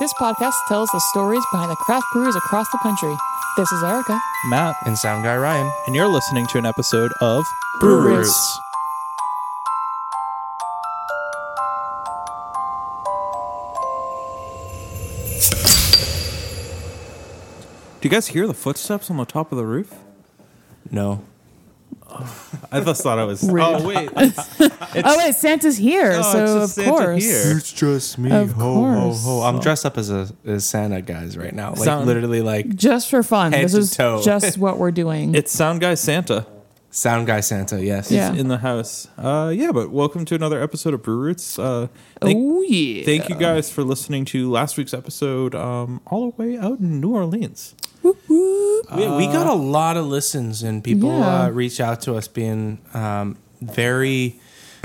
This podcast tells the stories behind the craft breweries across the country. This is Erica. Matt, and Sound Guy Ryan. and you're listening to an episode of Brew Brew Roots. Roots. Do you guys hear the footsteps on the top of the roof? No. I just thought I was. Rude. Oh wait, it's oh wait, Santa's here, No, so it's just of Santa course. here. just me. Of course. I'm dressed up as a as Santa guys right now. Like Sound- literally like Just for fun. Head this to is toe. just what we're doing. it's Sound Guy Santa sound guy Santa, yes. Yeah. in the house. Uh, yeah, but welcome to another episode of Brew Roots. Uh, thank, oh yeah. thank you guys for listening to last week's episode, um, all the way out in New Orleans. Oh, we, we got a lot of listens and people Yeah. uh, reach out to us being um, very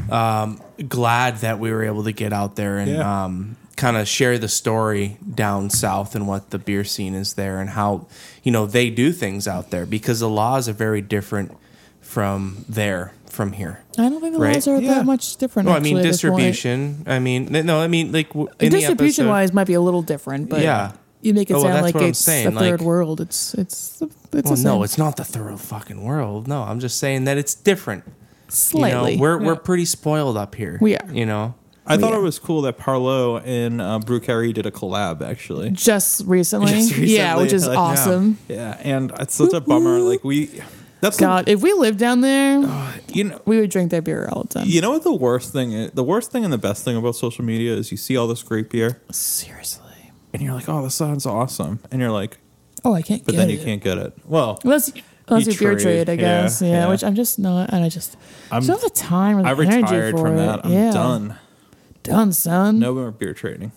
um, glad that we were able to get out there and Yeah. um, kind of share the story down south and what the beer scene is there and how you know they do things out there because the laws are very different from there from here. I don't think the Right? laws are Yeah. that much different. Well, I mean actually, at this point. distribution. I mean, n- no, I mean like w- in the Distribution episode- wise might be a little different, but Yeah. you make it Oh, well, sound that's like what I'm it's saying, the third like- world. It's it's the- it's Well, the no, same. it's not the third world world. No, I'm just saying that it's different. slightly. You know, we're we're pretty spoiled up here. We are. You know. I thought yeah. it was cool that Parlo and uh, Brew Carey did a collab actually. just recently. Just yeah, recently, which is like, yeah. awesome. Yeah, and it's such a bummer. Like we, that's the- God, if we lived down there, you know. we would drink that beer all the time. You know what the worst thing is? The worst thing and the best thing about social media is you see all this great beer Seriously. and you're like, oh, this sounds awesome. And you're like, Oh, I can't but get then it. you can't get it. Well, Unless, unless you You beer trade, trade, I yeah, guess. Yeah, yeah. which I'm just not, and I just i I'm- don't have the time or the I energy retired for from it. that. I'm yeah. done. Done, son. No more beer trading.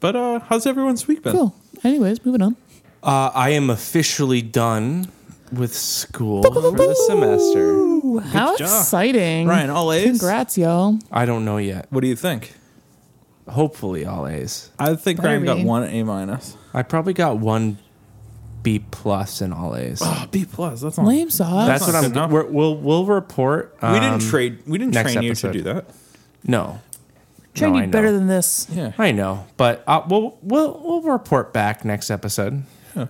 But uh, how's everyone's week been? Cool. Anyways, moving on. Uh, I am officially done with school for the semester. Ooh, how job. exciting! Ryan, all A's? Congrats, y'all. I don't know yet. What do you think? Hopefully, all A's. I think Better Ryan got be. one A minus. I probably got one B plus in all A's. Oh, B plus. That's not. Lame sauce. That's, not good what I'm. enough. We're, we'll we'll report. we didn't um, trade. We didn't next train you to episode. do that. No. Trying to No, I be know. better than this. Yeah. I know, but uh, we'll we'll we'll report back next episode. All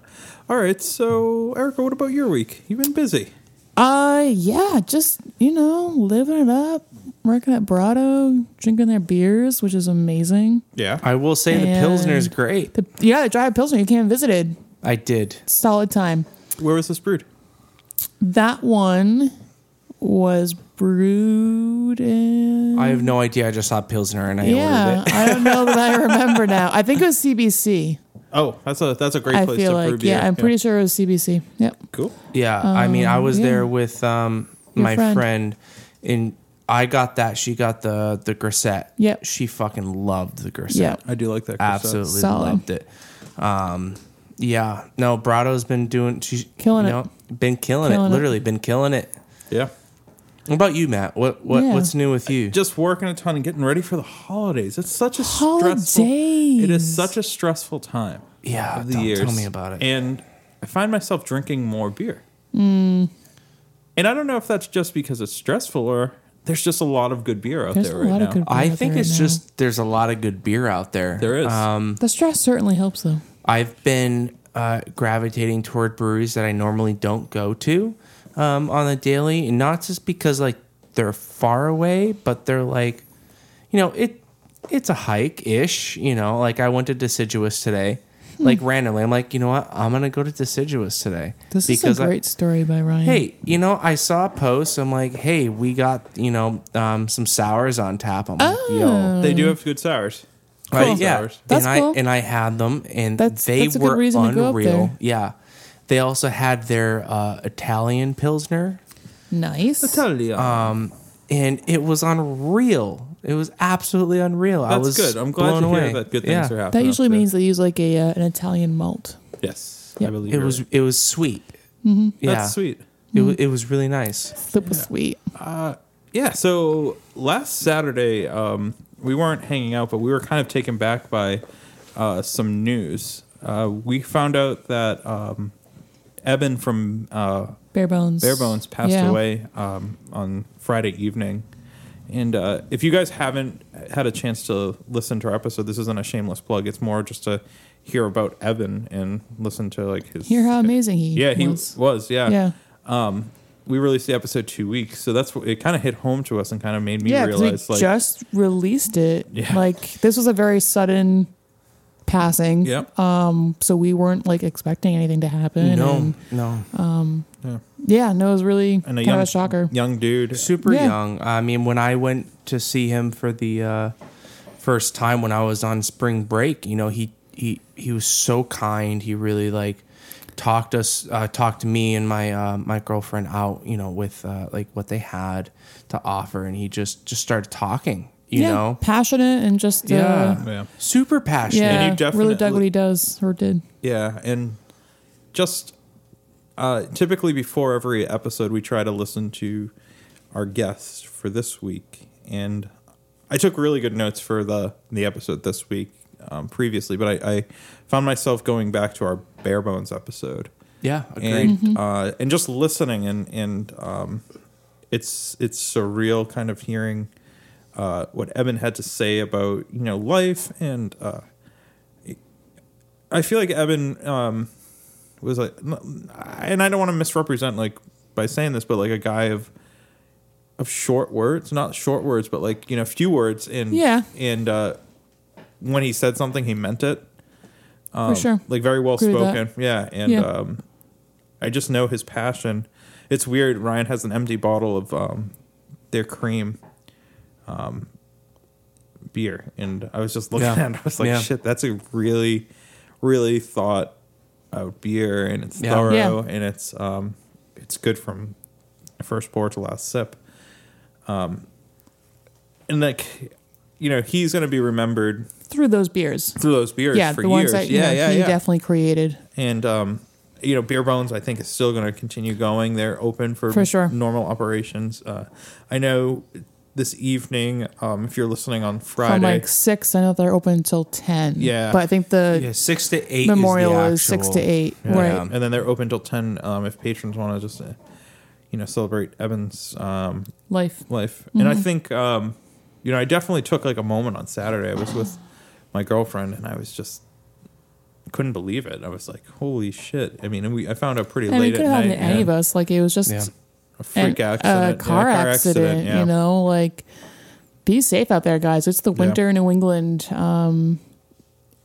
right. So, Erica, what about your week? You've been busy. Uh, yeah, just you know, living it up, working at Brado, drinking their beers, which is amazing. Yeah. I will say the Pilsner's And- great. The, yeah, the dry pilsner you came and visited. I did. Solid time. Where was this brewed? That one was brewed in. I have no idea. I just saw Pilsner and I Mm. yeah, ordered it. I don't know that I remember now. I think it was CBC. Oh, that's a that's a great I place feel to brew like beer. yeah, I'm pretty sure it was CBC. Yep. cool. Yeah, I mean, I was Oh, yeah. there with um, Your my friend. friend. and I got that. She got the the grisette. Yep. she fucking loved the grisette. Yep. I do like that. Chris. absolutely Solid. loved it. Um, yeah, no, Brado's been doing. She's Killing you it. know, Been killing, Killing it. it. Literally been killing it. Yeah. What about you, Matt? What what Yeah. what's new with you? Just working a ton and getting ready for the holidays. It's such a stressful. It Holidays. is such a stressful time. Yeah, of the don't- years. tell me about it. And I find myself drinking more beer. Hmm. And I don't know if that's just because it's stressful or there's just a lot of good beer out There's there a right lot now. of good. beer I out think there it's now. just there's a lot of good beer out there. There is. Um, the stress certainly helps though. I've been uh, gravitating toward breweries that I normally don't go to um, on a daily, and not just because like they're far away, but they're like, you know, it it's a hike ish. You know, like I went to Deciduous today. Hmm. Like randomly, I'm like, you know what? I'm gonna go to Deciduous today This is a I- great story by Ryan. hey, you know, I saw a post. I'm like, hey, we got you know um, some sours on tap. I'm Oh, like, yo, they do have good sours. Right, Cool. yeah. Sours. That's and cool. I and I had them, and That's- they that's a good were reason to unreal. go up there. Yeah, they also had their uh, Italian pilsner, nice. Italian. Um, and it was unreal. It was absolutely unreal. I that's was good. I'm glad blown to hear away. that good things Yeah. are happening. that usually up there. means they use like a uh, an Italian malt. yes. Yeah. I believe It you're was right. it was sweet. Mm-hmm. Yeah, That's sweet. It was, it was really nice. That was sweet. Yeah. So last Saturday, um, we weren't hanging out, but we were kind of taken back by uh, some news. Uh, we found out that um, Eben from uh, Bare bones. Barebones passed Yeah. away um, on Friday evening, And uh, if you guys haven't had a chance to listen to our episode, this isn't a shameless plug. It's more just to hear about Evan and listen to like his Hear how amazing he yeah he was. was, yeah Yeah. um we released the episode two weeks so that's what it kind of hit home to us and kind of made me yeah, 'cause realize we like just released it. Yeah. Like this was a very sudden passing. Yep. Um, so we weren't like expecting anything to happen. No, and, no. yeah, no, it was really and kind a young of a shocker. young dude super Yeah. young. I mean, when I went to see him for the uh, first time when I was on spring break, you know, he he he was so kind. He really like talked us uh, talked me and my uh, my girlfriend out, you know, with uh, like what they had to offer, and he just just started talking, you yeah, know, passionate and just yeah, uh, Yeah. super passionate. yeah, And he really dug definitely- what he does or did. yeah and just uh typically before every episode we try to listen to our guests for this week and i took really good notes for the the episode this week um, previously but I, I found myself going back to our bare bones episode Yeah, agreed. and uh, and just listening and and um, it's it's surreal kind of hearing uh, what Evan had to say about you know life and uh, I feel like Evan um, was like and I don't want to misrepresent like by saying this but like a guy of of short words not short words but like you know few words and Yeah. and uh, when he said something he meant it um, for sure. like very well Agree with spoken. Yeah, and Yeah. Um, I just know his passion. It's weird. Ryan has an empty bottle of um, their cream um, beer, and I was just looking Yeah. at it. I was like, Yeah. "Shit, that's a really, really thought out beer, and it's Yeah. thorough, Yeah. and it's um, it's good from first pour to last sip." Um, and like, you know, he's gonna be remembered Through those beers. through those beers Yeah, for the ones years. that you yeah, know, yeah, he yeah definitely created. and um, you know, Beer Bones I think is still going to continue going. They're open for, For sure. normal operations. Uh, I know this evening, um, if you're listening on From Friday, like six, I know they're open until ten. Yeah. But I think the yeah, six to eight. memorial is, the is six actual- to eight. Right. and then they're open till ten. Um, if patrons want to just uh, you know celebrate Evan's um, Life. life. And I Mm-hmm. think, um, you know, I definitely took like a moment on Saturday. I was with my girlfriend and I was just couldn't believe it. I was like, holy shit. I mean, and we, I found out pretty I mean, it late at could have night. happened to any yeah. of us. Like it was just Yeah. A freak an- accident. a yeah, car, accident. yeah. You know, like be safe out there, guys. It's the winter in New England. Um,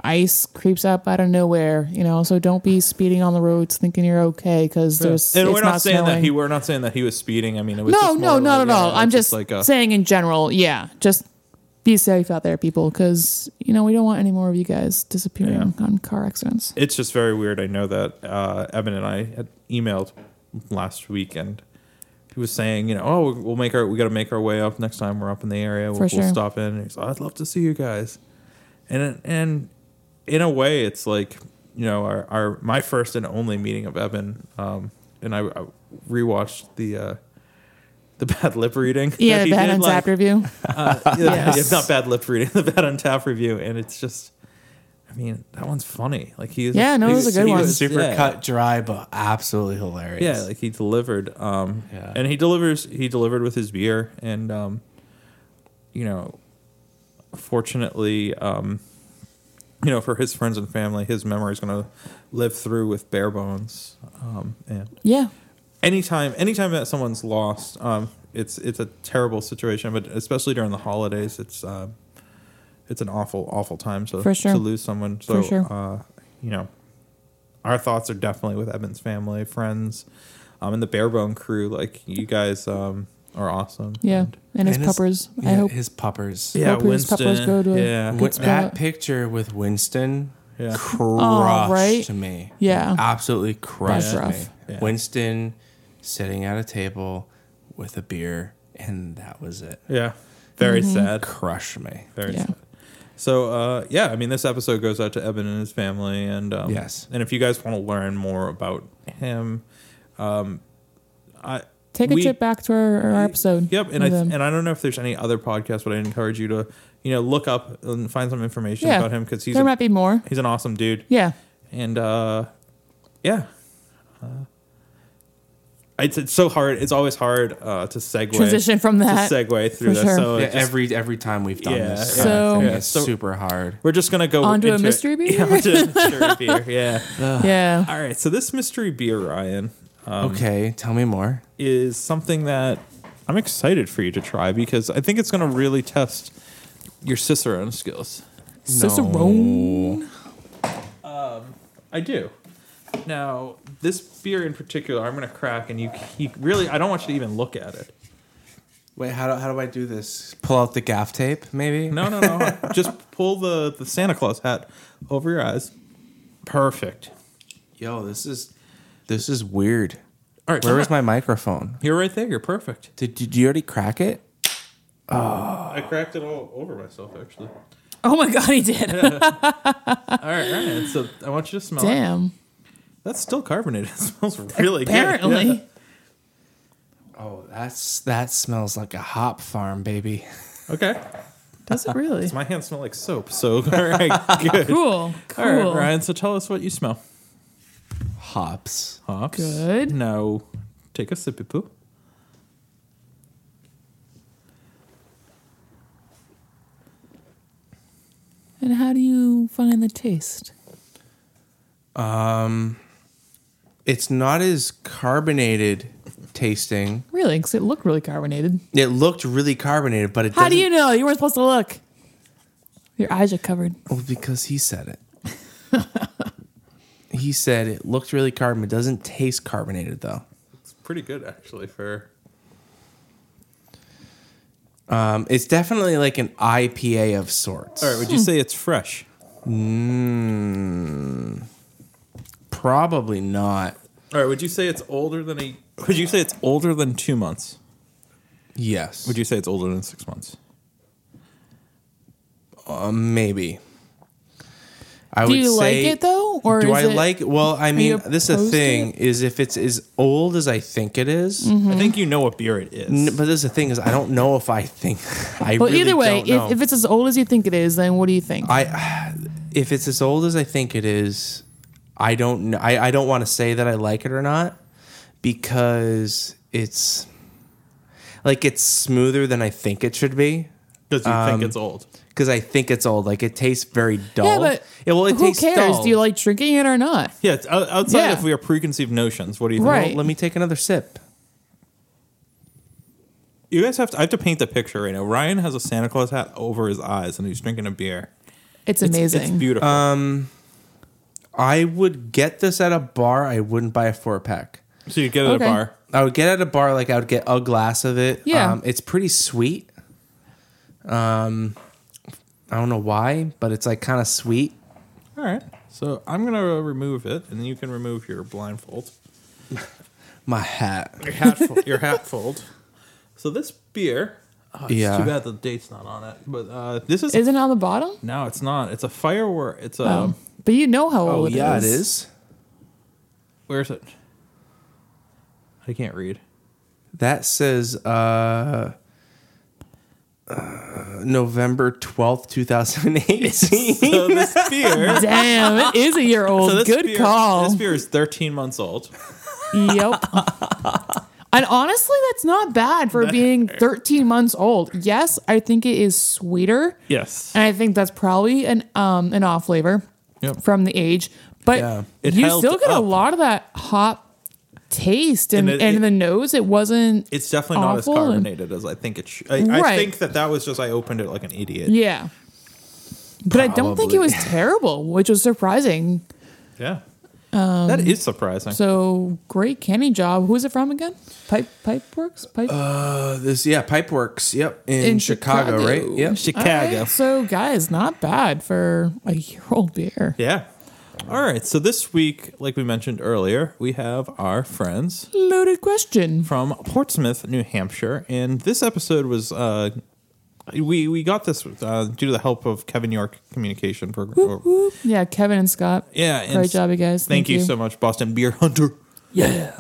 ice creeps up out of nowhere. You know, so don't be speeding on the roads thinking you're okay because there's. and it's we're not, saying that snowing. he we're not saying that he was speeding. I mean, it was No, just no, more not like, at all. yeah, I'm it's just like a, saying in general. Yeah, just be safe out there, people, because you know we don't want any more of you guys disappearing on car accidents. it's just very weird. I know that uh, Evan and I had emailed last week, and he was saying, you know, oh, we'll make our we got to make our way up next time we're up in the area. We'll, For we'll sure. stop in. And he's, like, I'd love to see you guys, and and in a way, it's like you know our, our my first and only meeting of Evan, um, and I, I rewatched the. Uh, the bad lip reading. Yeah, that the he bad did, and like, tap review. uh, yeah, Yes. it's not bad lip reading, the bad on tap review, and it's just, I mean, that one's funny. Like he is, Yeah, no, it was a good he one. was super yeah. cut dry, but absolutely hilarious. Yeah, like he delivered, um, Yeah. and he delivers. He delivered with his beer, and um, you know, fortunately, um, you know, for his friends and family, his memory is going to live through with bare bones, um, and Yeah, anytime anytime that someone's lost um it's it's a terrible situation but especially during the holidays it's uh it's an awful awful time to, For sure. to lose someone so For sure. uh you know our thoughts are definitely with Evan's family friends um and the barebone crew like you guys um are awesome yeah, And- and his And his- puppers. I Yeah, hope his puppers. yeah Hope his peppers Winston go to- yeah Good Win- spot. that picture with Winston Yeah. crushed Oh, right? me. Yeah. Absolutely crushed That's rough. me. Yeah. Winston sitting at a table with a beer, and that was it. yeah very Mm-hmm. sad Crushed me. very Yeah. sad so uh, yeah, I mean, this episode goes out to Evan and his family, and um, Yes. and if you guys want to learn more about him, um, I Take a we- trip back to our, our episode. Yep, and I with th- him. and I don't know if there's any other podcast, but I encourage you to you know look up and find some information Yeah. about him because he's there a- might be more. he's an awesome dude, Yeah, and uh, yeah, uh, it's, it's so hard. It's always hard uh, to segue Transition from that, to segue through for this. sure. So Yeah, it's just- every every time we've done Yeah, this, yeah. kind of So- thing, Yeah, it's so- super hard. we're just gonna go Onto a into it. mystery beer? Yeah, onto a mystery beer. Yeah. yeah. All right. So this mystery beer, Ryan, um, okay, tell me more. is something that I'm excited for you to try because I think it's gonna really test your cicerone skills. Cicerone. I do. Now, this beer in particular, I'm gonna crack, and you, you really, I don't want you to even look at it. Wait, how do, how do I do this? Pull out the gaff tape, maybe. No, no, no. Just pull the the Santa Claus hat over your eyes. Perfect. Yo, this is this is weird. All right, Where come was my microphone? You're right there. You're perfect. Did, did you already crack it? I cracked it all over myself, actually. Oh my god, he did. All right, Ryan. So I want you to smell. it. Damn. That's still carbonated. It smells really Apparently. good. Yeah. Oh, that's that smells like a hop farm, baby. Okay. Does it really? My hands smell like soap. So all right, good. cool. All right, Cool. Ryan. So tell us what you smell. Hops. Hops. Good. Now, take a sippy poo. And how do you find the taste? It's not as carbonated tasting. Really? Because it looked really carbonated. It looked really carbonated, but it How do doesn't- you know? You weren't supposed to look. Your eyes are covered. Well, Oh, because he said it. he said it looked really carbonated. It doesn't taste carbonated though. It's pretty good actually for Um, it's definitely like an IPA of sorts. All right, would you say it's fresh? Probably not. All right, would you say it's older than a Would you say it's older than 2 months? Yes. Would you say it's older than 6 months? Maybe. I Do you like it though, or do is I it- like? Well, I you mean, this is a opposed to Mm. thing: is if it's as old as I think it is. I think you know what beer it is. N- But this is the thing: is I don't know if I think. I Well, really either way, don't know. if, if it's as old as you think it is, then what do you think? I, if it's as old as I think it is, I don't. kn- I I don't want to say that I like it or not because it's like it's smoother than I think it should be. Cuz you um, think it's old. Because I think it's old. Like it tastes very dull. yeah, but it, well, it who tastes cares? dull. Do you like drinking it or not? Yeah, it's o- outside Yeah. of your preconceived notions. What do you think? Right. Well, let me take another sip. You guys have to I have to paint the picture right now. Ryan has a Santa Claus hat over his eyes and he's drinking a beer. It's It's- amazing. It's, beautiful. I would get this at a bar. I wouldn't buy a four pack. so you get it okay. at a bar. I would get at a bar like I would get a glass of it. Yeah. um, it's pretty sweet. Um, I don't know why, but it's like kind of sweet. All right. So I'm going to remove it and then you can remove your blindfold. My hat. Your hat fold. your hat fold. So this beer oh, it's Yeah. too bad the date's not on it. But uh, this is Isn't it on the bottom? No, it's not. It's a firework. It's a. Um, but you know how Oh old yeah, it is. it is. Where is it? I can't read. That says uh, uh, November twelfth, two thousand eighteen. So this beer. Damn, it is a year old. so this Good beer, call. This beer is 13 months old. Yep. and honestly, that's not bad for being 13 months old. Yes, I think it is sweeter. Yes. And I think that's probably an um an off flavor Yep. from the age. But Yeah. It you held still get a up. lot of that hop taste and, And and, it- it- the nose. It wasn't It's definitely not as Awful and- carbonated as I think it should. I, I Right. think that that was just I opened it like an idiot. yeah. But I don't think Probably. it was terrible, which was surprising. Yeah. Um, that is surprising. So great canning job. Who is it from again? Pipe Pipe Works? Pipe uh, this yeah, Pipeworks. Yep, in, In Chicago, Chicago. right? Yep. Chicago. Alright, so guys, not bad for a year old beer. Yeah. All right. So this week, like we mentioned earlier, we have our friends Loaded question. from Portsmouth, New Hampshire, and this episode was uh, we we got this uh, due to the help of Kevin York Communication Program. Whoop. Yeah, Kevin and Scott. Yeah, and Great job, you guys. Thank, Thank you. you. so much, Boston Beer Hunter. Yeah.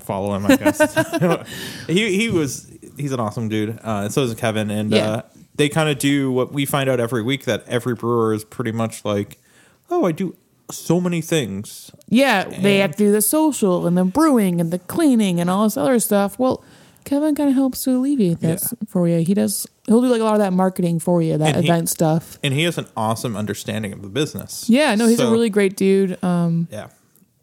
Follow him, I guess. he he was he's an awesome dude. Uh, and so is Kevin, and Yeah. uh, they kind of do what we find out every week that every brewer is pretty much like, oh, I do so many things. Yeah, they have to do the social and the brewing and the cleaning and all this other stuff. Well, Kevin kind of helps to alleviate that Yeah. for you. He does. He'll do like a lot of that marketing for you, that And he- event stuff. And he has an awesome understanding of the business. Yeah, no, he's So- a really great dude. Um, yeah.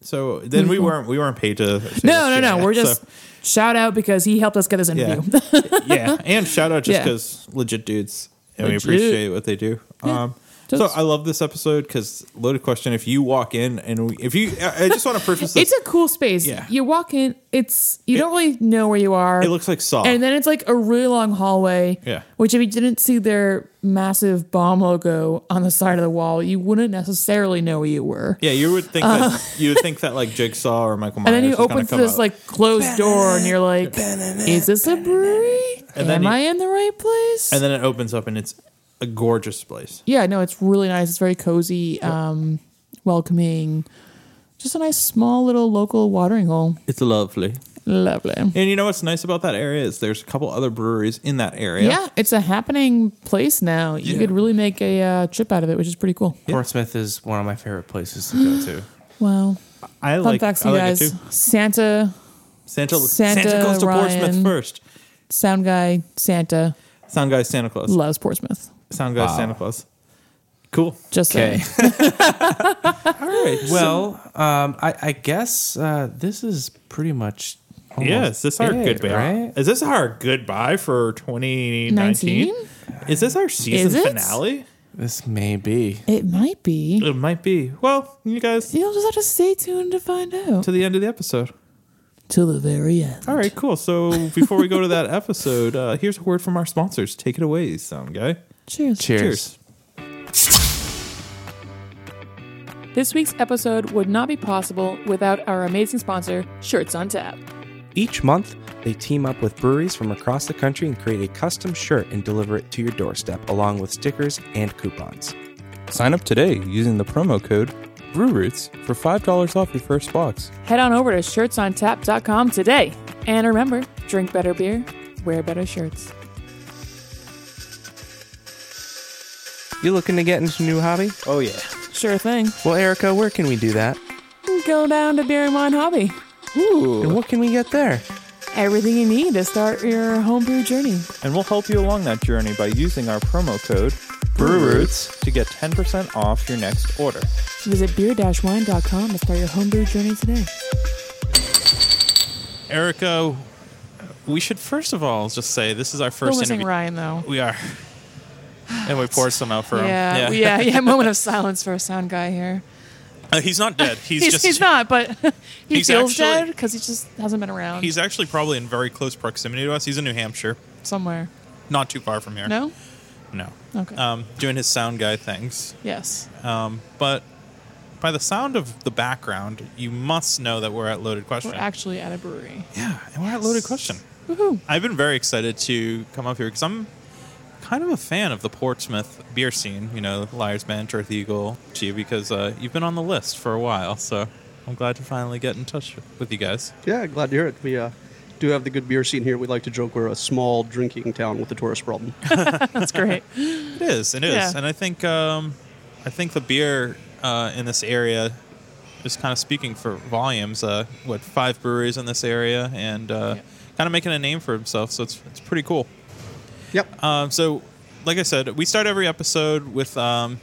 So then we weren't we weren't paid to. say no, no, this no. yet, We're just so, shout out because he helped us get this interview. yeah, yeah, and shout out just Yeah. because legit dudes, and Legit. we appreciate what they do. Um, so just- I love this episode because loaded question. If you walk in and we, if you, I I just want to preface this. it's a cool space. Yeah. You walk in, it's you It- don't really know where you are. it looks like Saw. and then it's like a really long hallway. Oh. Yeah. Which if you didn't see their massive bomb logo on the side of the wall, you wouldn't necessarily know where you were. yeah, you would think that you would think that like Jigsaw or Michael Myers. uh, And then you is gonna open come this out. like closed door, and you're like, "Is this a brewery? And Am then you- I in the right place?" and then it opens up and it's a gorgeous place. yeah, no, it's really nice. It's very cozy, um, welcoming. Just a nice small little local watering hole. It's lovely. Lovely. And you know what's nice about that area is there's a couple other breweries in that area. Yeah, it's a happening place now. You Yeah. could really make a uh, trip out of it, which is pretty cool. Portsmouth is one of my favorite places to go to. Wow. I Fun like, facts, I you like it guys. too. Santa, Santa, Santa, Santa goes to Portsmouth Ryan. first. sound guy, Santa Sound guy Santa Claus. loves Portsmouth. Sound guy Santa Claus. Cool. Just Okay. saying. All right. Well, um, I, I guess uh, this is pretty much. almost yeah, is this our it, goodbye? Right? Is this our goodbye for 2019? Nineteen? Is this our season it? finale? This may be. It might be. It might be. Well, you guys You'll just have to stay tuned to find out. to the end of the episode. Till the very end. All right, cool. So before we go to that episode, uh, here's a word from our sponsors. Take it away, sound guy. Cheers. Cheers. Cheers. This week's episode would not be possible without our amazing sponsor, Shirts on Tap. Each month, they team up with breweries from across the country and create a custom shirt and deliver it to your doorstep, along with stickers and coupons. Sign up today using the promo code BrewRoots for $5 off your first box. Head on over to shirtsontap.com today. And remember, drink better beer, wear better shirts. You looking to get into a new hobby? Oh yeah. Sure thing. Well, Erica, where can we do that? Go down to Beer and Wine Hobby. And what can we get there? Everything you need to start your homebrew journey. And we'll help you along that journey by using our promo code BrewRoots. to get 10% off your next order. Visit beer-wine.com to start your homebrew journey today. Erica, we should first of all just say this is our 1st We're missing interview. Ryan, though. We are. And we poured some out for Yeah, yeah, him. yeah, Moment of silence for a sound guy here. Uh, he's not dead. He's, He's, he's, just not, but he He's feels actually- dead because he just hasn't been around he's actually probably in very close proximity to us. He's in New Hampshire, somewhere. not too far from here. No? no. Okay. Uh, Um, doing his sound guy things, yes. um, but by the sound of the background, you must know that we're at Loaded Question. We're actually at a brewery. yeah, and we're at Loaded Question. Woohoo. I've been very excited to come up here because I'm kind of a fan of the Portsmouth beer scene. You know, Liars Band, Earth Eagle, to you because uh, you've been on the list for a while. So I'm glad to finally get in touch with you guys. Yeah, glad to hear it. We uh, do have the good beer scene here. We like to joke we're a small drinking town with a tourist problem. That's great. It is. It is. Yeah. And I think um, I think the beer uh, in this area is kind of speaking for volumes. Uh, what five breweries in this area and uh, Yeah. kind of making a name for himself. So it's it's pretty cool. yep. Um, so, like I said, we start every episode with um,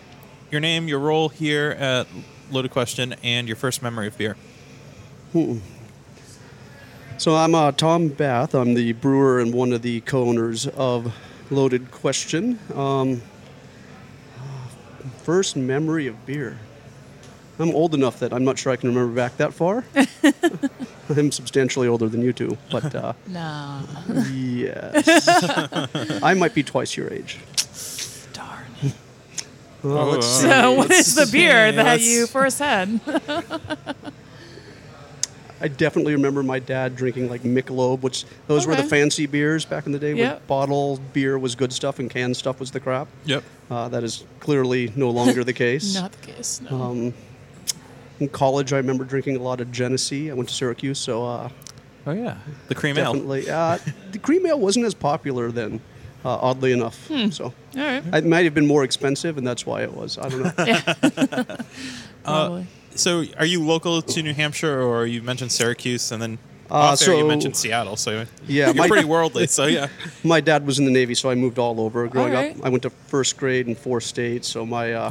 your name, your role here at Loaded Question, and your first memory of beer. Hmm. So I'm uh, Tom Bath. I'm the brewer and one of the co-owners of Loaded Question. Um, first memory of beer. I'm old enough that I'm not sure I can remember back that far. I'm substantially older than you two, but uh, Nah. yes, I might be twice your age. Darn. Well, let's see. So, what is the beer that let's- you first had? I definitely remember my dad drinking like Michelob, which those were the Okay. fancy beers back in the day. Yep. When bottle beer was good stuff and canned stuff was the crap. Yep. Uh, that is clearly no longer the case. Not the case. No. Um, in college, I remember drinking a lot of Genesee. I went to Syracuse, so uh, Oh yeah. The cream ale. definitely uh, the cream ale wasn't as popular then. uh, oddly enough. Hmm. So All right. it might have been more expensive, and that's why it was. I don't know. Probably. So, are you local to New Hampshire, or you mentioned Syracuse, and then Uh, off air you so- mentioned Seattle? So, Yeah, you're my- pretty worldly. So, yeah, my dad was in the Navy, so I moved all over growing All right. up. I went to first grade in four states, so my uh,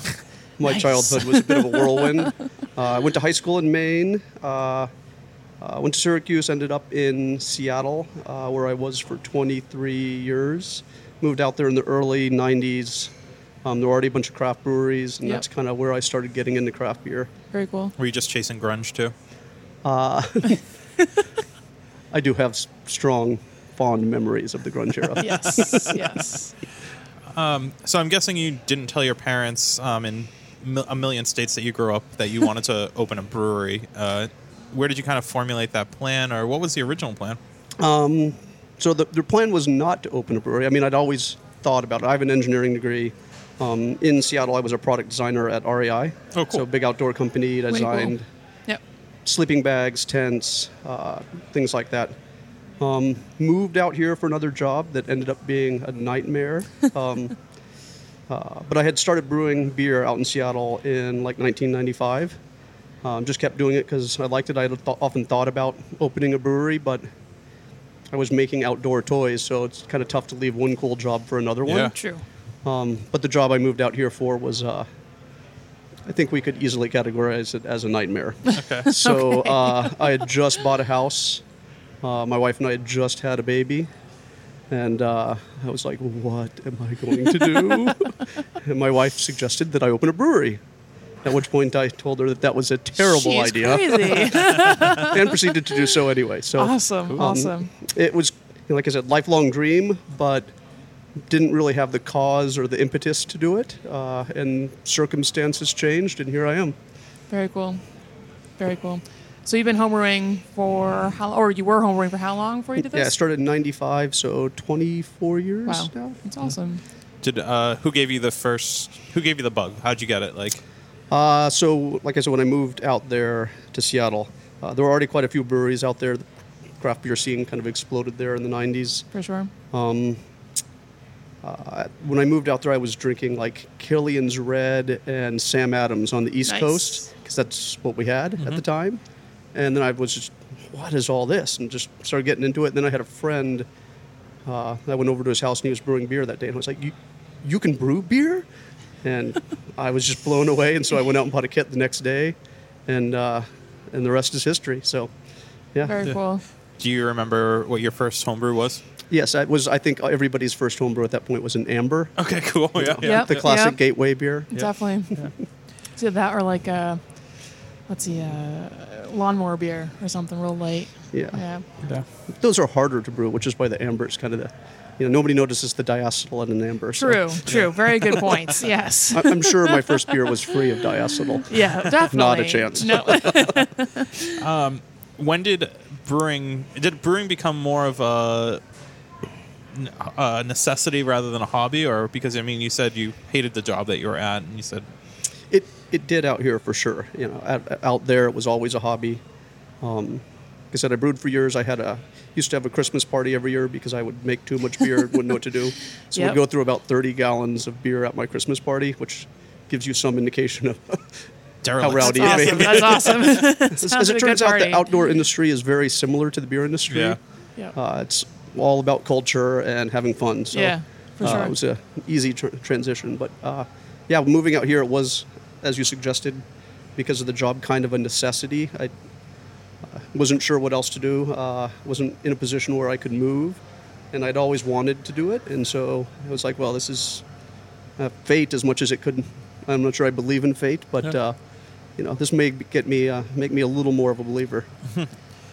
my Nice. childhood was a bit of a whirlwind. uh, I went to high school in Maine. Uh, uh, went to Syracuse, ended up in Seattle, uh, where I was for 23 years. Moved out there in the early 90s. Um, there were already a bunch of craft breweries, and Yep. that's kind of where I started getting into craft beer. Very cool. were you just chasing grunge too? I do have s- strong, fond memories of the grunge era. Yes. yes. So, I'm guessing you didn't tell your parents um, in mil- a million states that you grew up that you wanted to open a brewery. Uh, where did you kind of formulate that plan, or what was the original plan? So the, their plan was not to open a brewery. I mean, I'd always thought about it. I have an engineering degree. Um, in Seattle, I was a product designer at REI. Oh, cool. So big outdoor company. Way to go. I designed Yep. sleeping bags, tents, uh, things like that. Um, moved out here for another job that ended up being a nightmare. Um, uh, but I had started brewing beer out in Seattle in like 1995. Um, just kept doing it because I liked it. I had th- often thought about opening a brewery, but I was making outdoor toys, so it's kind of tough to leave one cool job for another one. True. Um, but the job I moved out here for was, uh, I think we could easily categorize it as a nightmare. Okay. So Uh, I had just bought a house. Uh, my wife and I had just had a baby. And uh, I was like, what am I going to do? and my wife suggested that I open a brewery. At which point I told her that that was a terrible She's idea Crazy. and proceeded to do so anyway. So awesome. um, Awesome. it was, like I said, lifelong dream, but didn't really have the cause or the impetus to do it. Uh, and circumstances changed, and here I am. Very cool. Very cool. So you've been homebrewing for how, or you were homebrewing for how long before you did this? Yeah, I started in '95, so 24 years Wow, now. it's awesome. Did uh, who gave you the first? Who gave you the bug? How'd you get it? Like, Uh, so, like I said, when I moved out there to Seattle, uh, there were already quite a few breweries out there. The craft beer scene kind of exploded there in the '90s. For sure. When I moved out there, I was drinking like Killian's Red and Sam Adams on the East Nice. Mm-hmm. Coast because that's what we had at the time. And then I was just, what is all this? And just started getting into it. And then I had a friend uh, that went over to his house and he was brewing beer that day. And I was like, you, you can brew beer? And I was just blown away. And so I went out and bought a kit the next day. And, uh, and the rest is history. So, yeah. Very cool. do you remember what your first homebrew was? Yes, I was. I think everybody's first homebrew at that point was an amber, Okay, cool. Yeah, yeah. Oh, Yep. the classic Yep. gateway beer. Definitely. So that or like a, let's see, uh lawnmower beer or something real light. Yeah. Yeah. those are harder to brew, which is why the amber is kind of the, you know, nobody notices the diacetyl in an amber. so- True. True. Very good points. Yes. I- I'm sure my first beer was free of diacetyl. Yeah. Definitely. Uh, Not a chance. No. When did brewing did brewing become more of a, a necessity rather than a hobby, or because I mean, you said you hated the job that you were at, and you said It it did out here for sure. You know, out, out there it was always a hobby. Um, like I said, I brewed for years. I had a used to have a Christmas party every year because I would make too much beer, wouldn't know what to do. So Yep. we'd go through about 30 gallons of beer at my Christmas party, which gives you some indication of. derelict. rowdy. That's awesome. That's awesome. as, Sounds as like a it turns good out, the party. outdoor industry is very similar to the beer industry. Yeah. Yeah. Uh, it's all about culture and having fun. So Yeah, for uh, sure. it was an easy tr- transition. But uh, yeah, moving out here, it was, as you suggested, because of the job, kind of a necessity. I uh, wasn't sure what else to do. Uh, wasn't in a position where I could move, and I'd always wanted to do it. And so I was like, well, this is uh, fate as much as it could. I'm not sure I believe in fate, but uh, you know, this may get me uh, make me a little more of a believer.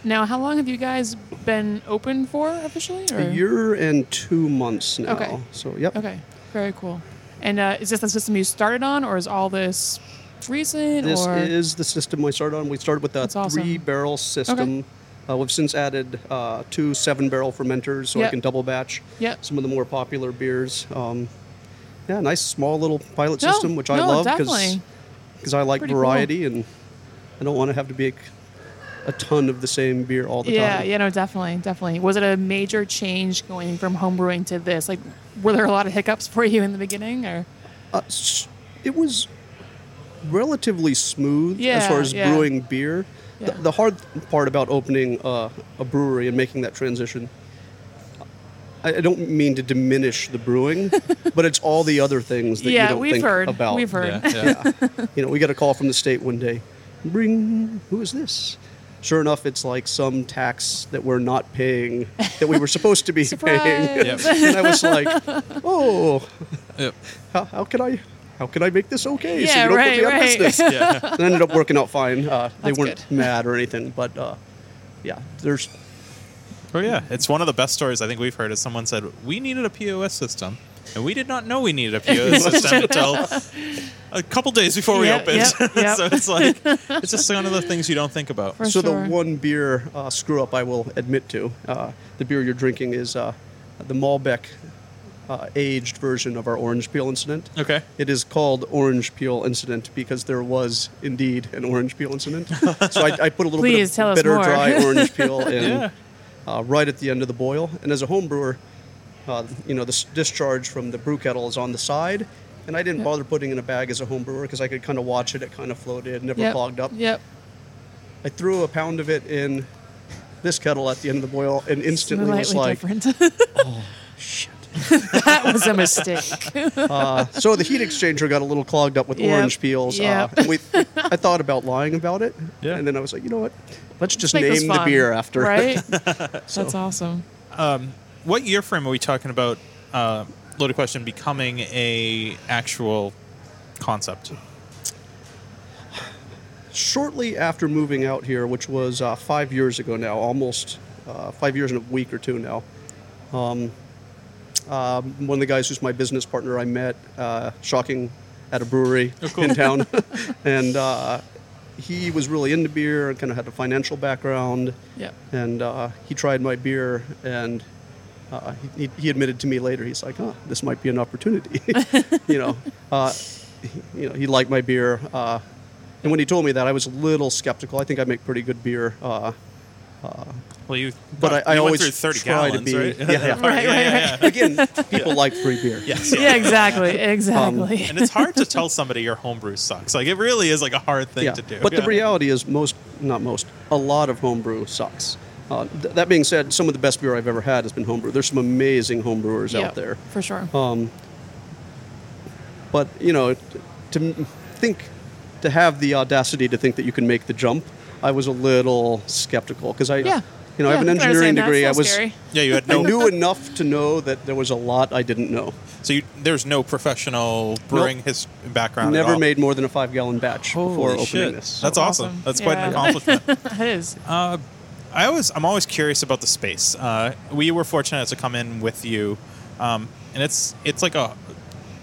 now, how long have you guys been open for officially? Or? A year and two months now. Okay. So yep. Okay. Very cool. And uh, is this the system you started on, or is all this recent? This or is the system we started on. We started with a That's awesome. three barrel system. Uh, we've since added uh, two seven barrel fermenters so Yep. I can double batch Yep. some of the more popular beers. Um, yeah, nice small little pilot No, system, which I no, love definitely. because I like Pretty cool. variety and I don't want to have to be a ton of the same beer all the yeah, time. yeah, no, definitely, definitely. Was it a major change going from homebrewing to this? Like, were there a lot of hiccups for you in the beginning, or Uh, s- it was relatively smooth as Yeah, far as yeah. brewing beer. Yeah. The, the hard part about opening uh, a brewery and making that transition, I, I don't mean to diminish the brewing, but it's all the other things that you yeah, don't we've think heard, about. we've heard. Yeah, yeah. You know, we got a call from the state one day. Bring, who is this? Sure enough, it's like some tax that we're not paying that we were supposed to be paying. Surprise. Yep. and I was like, oh, Yep. how, how can I, how can I make this okay? Yeah, so you don't right, put me out of right. business. Yeah. It ended up working out fine. Uh, they That's weren't good. mad or anything, but uh, yeah, there's Oh yeah, it's one of the best stories I think we've heard. Is someone said we needed a POS system, and we did not know we needed a POS system until a couple days before we Yep, opened. yep, yep. so it's like it's just one of the things you don't think about. For so sure. the one beer uh, screw up I will admit to. Uh, the beer you're drinking is uh, the Malbec uh, aged version of our orange peel incident. Okay. It is called Orange Peel Incident because there was indeed an orange peel incident. so I, I put a little Please bit tell of us bitter more. dry orange peel in Yeah. uh, right at the end of the boil. And as a home brewer, uh, you know the s- discharge from the brew kettle is on the side, and I didn't bother putting in a bag as a home brewer because I could kind of watch it. It kind of floated, it never Yep. clogged up. Yep. I threw a pound of it in this kettle at the end of the boil, and instantly was Slightly like, Oh, different. that was a mistake. Uh, so the heat exchanger got a little clogged up with Yep, orange peels. yep. Uh, we, I thought about lying about it, Yeah. and then I was like, you know what? Let's just Make this name the fun, beer after. right? That's awesome. What year frame are we talking about? Uh, loaded question becoming a actual concept. Shortly after moving out here, which was uh, five years ago now, almost uh, five years and a week or two now. Um, um, one of the guys who's my business partner I met, uh, shocking, at a brewery in town, and uh, he was really into beer and kind of had a financial background. Yep. and uh, he tried my beer and uh, he, he admitted to me later he's like huh this might be an opportunity you know uh, he, you know he liked my beer uh, and when he told me that I was a little skeptical I think I make pretty good beer uh, Well, you but I, I you went always through thirty try gallons, to be right? yeah, yeah. Right, yeah, right, yeah, right. yeah. again people like free beer Yes, yeah. Yeah, exactly, Um, exactly. And it's hard to tell somebody your homebrew sucks. Like it really is like a hard thing to do. But Yeah. the reality is, most, not most, a lot of homebrew sucks. Uh, th- that being said, some of the best beer I've ever had has been homebrew. There's some amazing homebrewers Yep, out there. for sure. Um, but you know, t- to m- think, to have the audacity to think that you can make the jump, I was a little skeptical because I, Yeah. you know, I Yeah, have an I can understand engineering that. degree. I It's a was, little scary. yeah, you had I no knew enough to know that there was a lot I didn't know. So you, there's no professional brewing his background. at Never all. made more than a five-gallon batch before Holy opening shit. this. So- That's awesome. Awesome. That's quite an Yeah. accomplishment. That is. uh, I always, I'm always curious about the space. Uh, we were fortunate to come in with you, um, and it's it's like a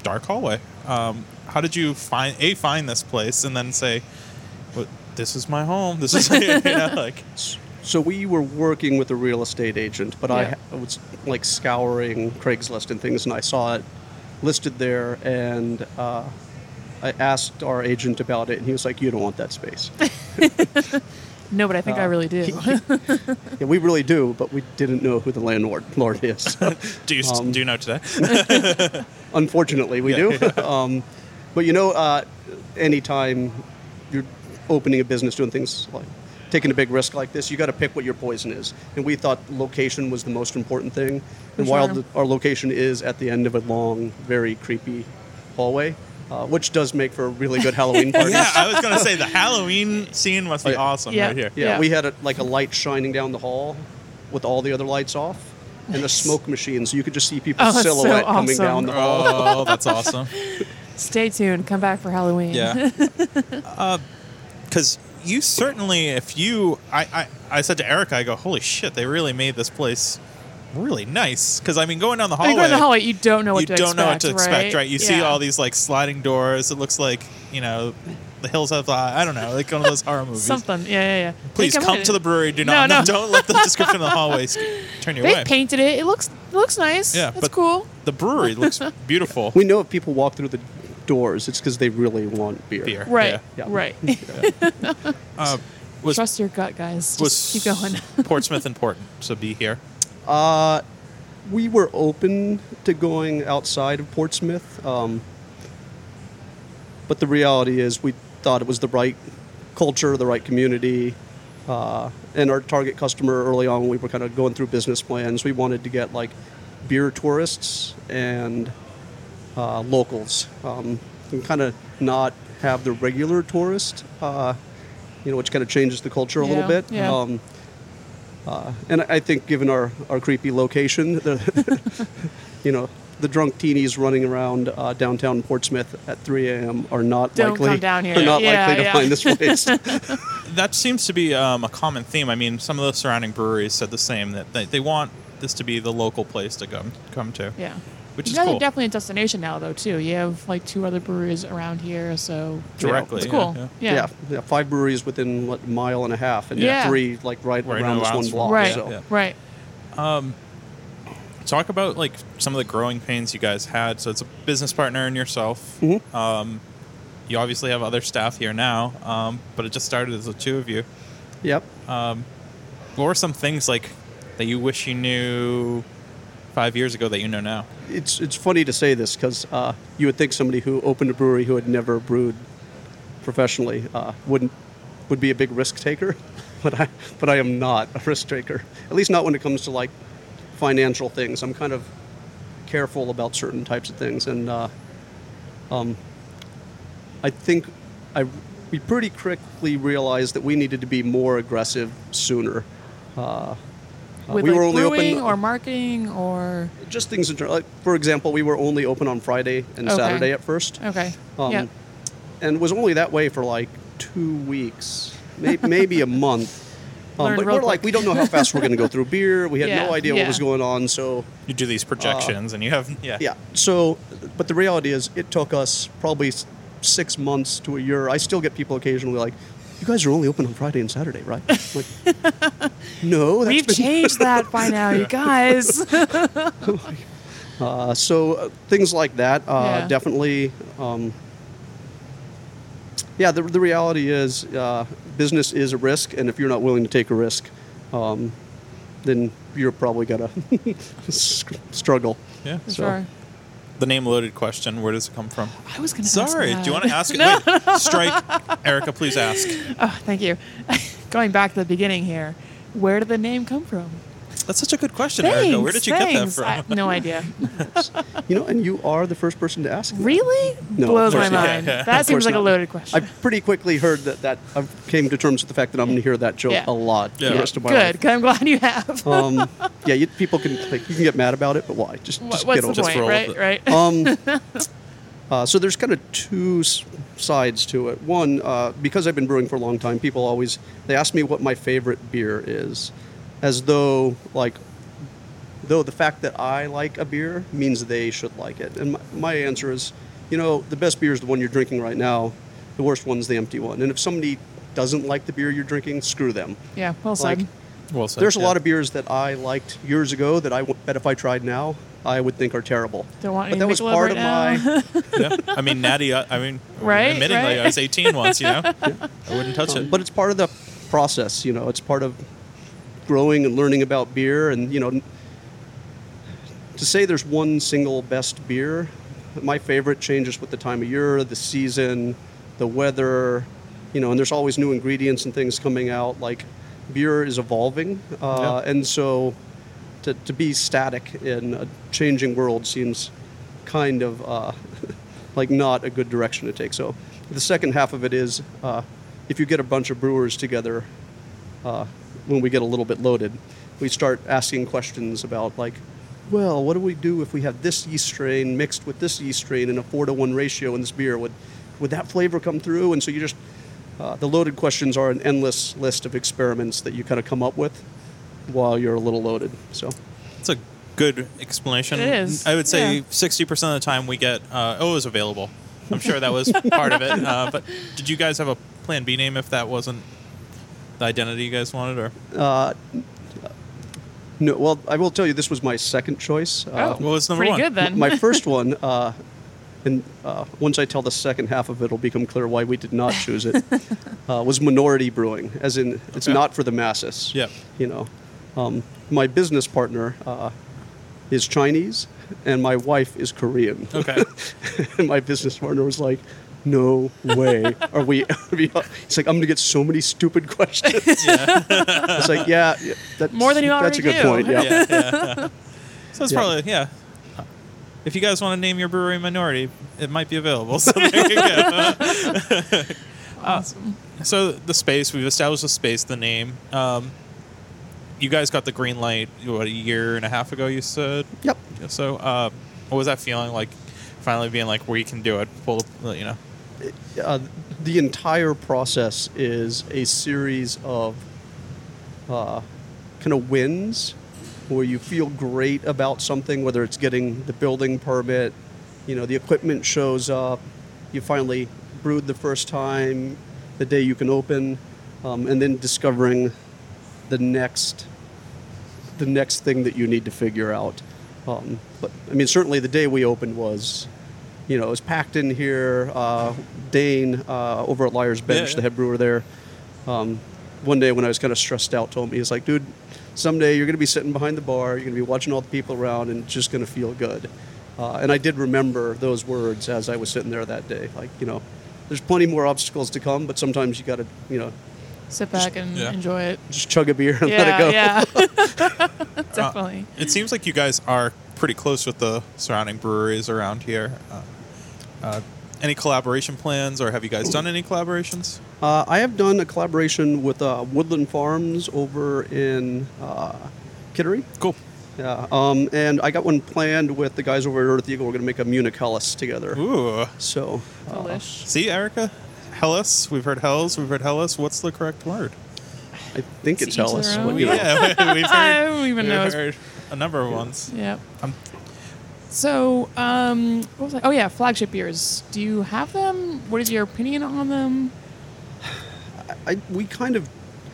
dark hallway. Um, how did you find a find this place and then say, well, "This is my home. This is you know, like So we were working with a real estate agent, but I Yeah. ha- I was like scouring Craigslist and things, and I saw it listed there, and uh, I asked our agent about it, and he was like, "You don't want that space." No, but I Uh, think I really do. yeah, we really do, but we didn't know who the landlord lord is. do you Um, do you know today? Unfortunately, we do. um, but you know, uh, anytime you're opening a business, doing things like taking a big risk like this, you got to pick what your poison is. And we thought location was the most important thing. And For while sure. the, our location is at the end of a long, very creepy hallway, uh, which does make for a really good Halloween party. yeah, I was gonna say the Halloween scene must be Oh, yeah. awesome Yeah. right here. Yeah, Yeah. we had a, like a light shining down the hall with all the other lights off. And the smoke machine, so you could just see people's Oh, that's so silhouette coming awesome. down the hall. Oh, that's awesome. Stay tuned. Come back for Halloween. Yeah. Uh, Because you certainly, if you, I, I, I said to Erica, I go, holy shit, they really made this place really nice. Because I mean, going down the When hallway, you go in the hallway, you don't know what you to don't expect. know what to expect, right? right? You see Yeah. all these like sliding doors. It looks like you know, the hills have eye. I don't know, like one of those horror movies. something. Yeah, yeah, yeah. They Please come in- to the brewery. Do No, not, no. don't let the description of the hallway sc- turn your They way. have painted it. It looks it looks nice. Yeah, it's but- cool. the brewery looks beautiful. We know if people walk through the doors, it's because they really want beer. Beer. Right, Yeah. Yeah. right. Was- Trust your gut, guys. Just Uh, Was keep going. Portsmouth important to be here? Uh, we were open to going outside of Portsmouth, um, but the reality is we thought it was the right culture, the right community, uh, and our target customer early on when we were kind of going through business plans, we wanted to get like beer tourists and uh, locals um, and kind of not have the regular tourist, uh, you know, which kind of changes the culture a Yeah, little bit. yeah. Um, uh, and I think, given our, our creepy location, the, you know, the drunk teenies running around uh, downtown Portsmouth at 3 a.m. are not Don't likely come down here. are not Yeah, likely to yeah. find this place. That seems to be um, a common theme. I mean, some of the surrounding breweries said the same that they, they want this to be the local place to come come to. yeah. Which you is guys cool. are definitely a destination now, though. Too. You have like two other breweries around here, so you know, Directly, it's cool. yeah, Yeah. yeah, yeah, five breweries within what mile and a half, and Yeah. three like right, Right around this around one this block. Right. So. Yeah. Right. Uh, Talk about like some of the growing pains you guys had. So it's a business partner and yourself. Um, you obviously have other staff here now, um, but it just started as the two of you. Yep. What were some things like that you wish you knew five years ago that you know now? It's it's funny to say this because uh, you would think somebody who opened a brewery who had never brewed professionally uh, wouldn't would be a big risk taker, but I but I am not a risk taker. At least not when it comes to like financial things. I'm kind of careful about certain types of things, and uh, um, I think I we pretty quickly realized that we needed to be more aggressive sooner. Uh, With we like were only brewing open or marketing or just things in general. Like, for example, we were only open on Friday and Okay. Saturday at first, okay. Um, yeah. and was only that way for like two weeks, may- maybe a month. Um, Learned but real we're like, quick. we don't know how fast we're going to go through beer. We had Yeah, no idea yeah. what was going on, so You do these projections and you have yeah. yeah. So, but the reality is, it took us probably s- six months to a year. I still get people occasionally like, "You guys are only open on Friday and Saturday, right?" I'm like, no, that's We've been- changed that by now, you guys. Uh, so uh, things like that uh, Yeah. definitely. Um, yeah, the, the reality is uh, business is a risk, and if you're not willing to take a risk, um, then you're probably gonna s- struggle. Yeah. sure. The name loaded question. Where does it come from? I was gonna. Sorry. Ask Do you want that. to ask it? Wait, strike, Erica. Please ask. Oh, thank you. Going back to the beginning here, where did the name come from? That's such a good question, Thanks. Erica. Where did you thanks. get that I, from? no idea. You know, and you are the first person to ask. that. Really? No, Blows of my course not. mind. Yeah. That Of seems course like a not. loaded I question. pretty quickly heard that. That I came to terms with the fact that I'm going to hear that joke Yeah. a lot Yeah. the rest of my Good. 'cause I'm glad you have. life. Um, yeah, you, people can like, you can get mad about it, but why? Just, What- just What's get the over point? it. roll with Right. it. Right. Um, uh, so there's kind of two s- sides to it. One, uh, because I've been brewing for a long time, people always they ask me what my favorite beer is, as though like though the fact that I like a beer means they should like it. And my, my answer is, you know, the best beer is the one you're drinking right now. The worst one's the empty one. And if somebody doesn't like the beer you're drinking, screw them. yeah. Well said. like, Well said, There's a yeah. lot of beers that I liked years ago that I w- bet if I tried now, I would think are terrible. Don't want any but that was Michelob part right of my Yeah. I mean, Natty. uh, I I mean, Right, admittingly, right. I was 18 once. You know, I wouldn't touch it. but it's part of the process, you know. It's part of growing and learning about beer and, you know, n- to say there's one single best beer, my favorite changes with the time of year, the season, the weather, you know, and there's always new ingredients and things coming out. Like beer is evolving, uh, and so to, to be static in a changing world seems kind of uh, like not a good direction to take. So the second half of it is uh, if you get a bunch of brewers together uh, when we get a little bit loaded, we start asking questions about like, well, what do we do if we have this yeast strain mixed with this yeast strain in a four to one ratio in this beer? Would would that flavor come through? And so you just uh, the loaded questions are an endless list of experiments that you kind of come up with while you're a little loaded. So It's a good explanation. It is, I would yeah. say 60% of the time we get, uh, oh, it was available. I'm sure that was part of it. Uh, but did you guys have a plan B name if that wasn't the identity you guys wanted? Or no, well, I will tell you this was my second choice. Uh, Oh, what was number pretty one? good then. my first one, uh, and uh, once I tell the second half of it, it'll become clear why we did not choose it. uh, was minority brewing, as in it's not for the masses. Yep. You know, um, my business partner uh, is Chinese, and my wife is Korean. Okay. and my business partner was like. No way. Are we? Are we he's like, I'm gonna get so many stupid questions. it's like, yeah, yeah, that's, More than you That's already a good do. point. Yeah. yeah, yeah. So it's Yeah. probably yeah. If you guys want to name your brewery minority, it might be available. So there you go. Uh, Awesome. so the space we've established the space, the name. Um, you guys got the green light what a year and a half ago. You said Yep. so. Uh, what was that feeling like? Finally being like, we can do it. Pull, you know. uh, the entire process is a series of uh, kind of wins where you feel great about something, whether it's getting the building permit, you know, the equipment shows up, you finally brewed the first time, the day you can open, um, and then discovering the next the next thing that you need to figure out. Um, but I mean, certainly the day we opened was, you know, it was packed in here. Uh, Dane uh, over at Liar's Bench, Yeah. the head brewer there, um, one day when I was kind of stressed out, told me, he's like, dude, someday you're going to be sitting behind the bar, you're going to be watching all the people around, and it's just going to feel good. Uh, and I did remember those words as I was sitting there that day. Like, you know, there's plenty more obstacles to come, but sometimes you got to, you know, Sit back and Yeah. enjoy it. just chug a beer and yeah, let it go. yeah. Uh, Definitely. It seems like you guys are pretty close with the surrounding breweries around here. Uh, uh, any collaboration plans, or have you guys done any collaborations? Uh, I have done a collaboration with uh, Woodland Farms over in uh, Kittery. Cool. Yeah. Um, and I got one planned with the guys over at Earth Eagle. We're going to make a Munich Helles together. Ooh. So, uh, Delish. See, Erica, Hellas. We've heard Hellas. We've heard Hellas. What's the correct word? I think To it's each their Helles. own. but, you know. Yeah, we've I heard, don't even we've know. It's- heard a number of ones. Yep. Um, so, um, what was I? Oh yeah, flagship beers. Do you have them? What is your opinion on them? I, we kind of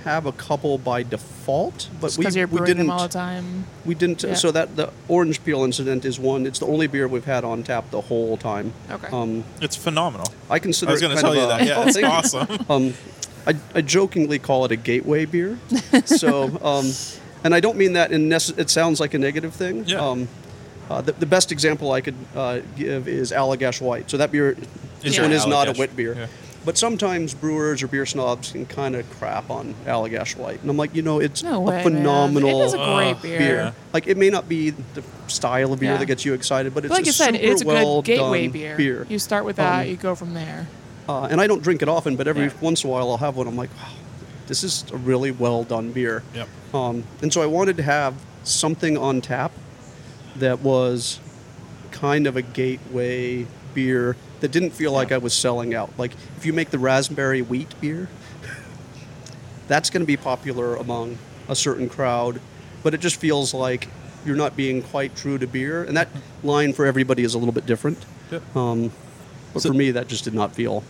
have a couple by default, but we, Because you're we brewing didn't. them all the time. We didn't. Yeah. So that the orange peel incident is one. It's the only beer we've had on tap the whole time. Okay. Um, It's phenomenal. I consider. I was going to tell you a, that. Yeah, Oh, it's thank you. awesome. Um, I, I jokingly call it a gateway beer. so, um, and I don't mean that in nece- it sounds like a negative thing. Yeah. Um, uh, the, the best example I could uh, give is Allagash White. So that beer, this your one is not a Allagash. wit beer. Yeah. But sometimes brewers or beer snobs can kind of crap on Allagash White, and I'm like, you know, it's No way. a man. phenomenal It is a great uh, beer. beer. Like it may not be the style of beer Yeah. that gets you excited, but it's But like a you said, super it's a well good gateway done Um, beer. You start with that, you go from there. uh, and I don't drink it often, but every Yeah. once in a while I'll have one. I'm like, wow, this is a really well done beer. Yep. Um, and so I wanted to have something on tap that was kind of a gateway beer that didn't feel like I was selling out. Like if you make the raspberry wheat beer, that's going to be popular among a certain crowd, but it just feels like you're not being quite true to beer, and that line for everybody is a little bit different. Um, but for me, that just did not feel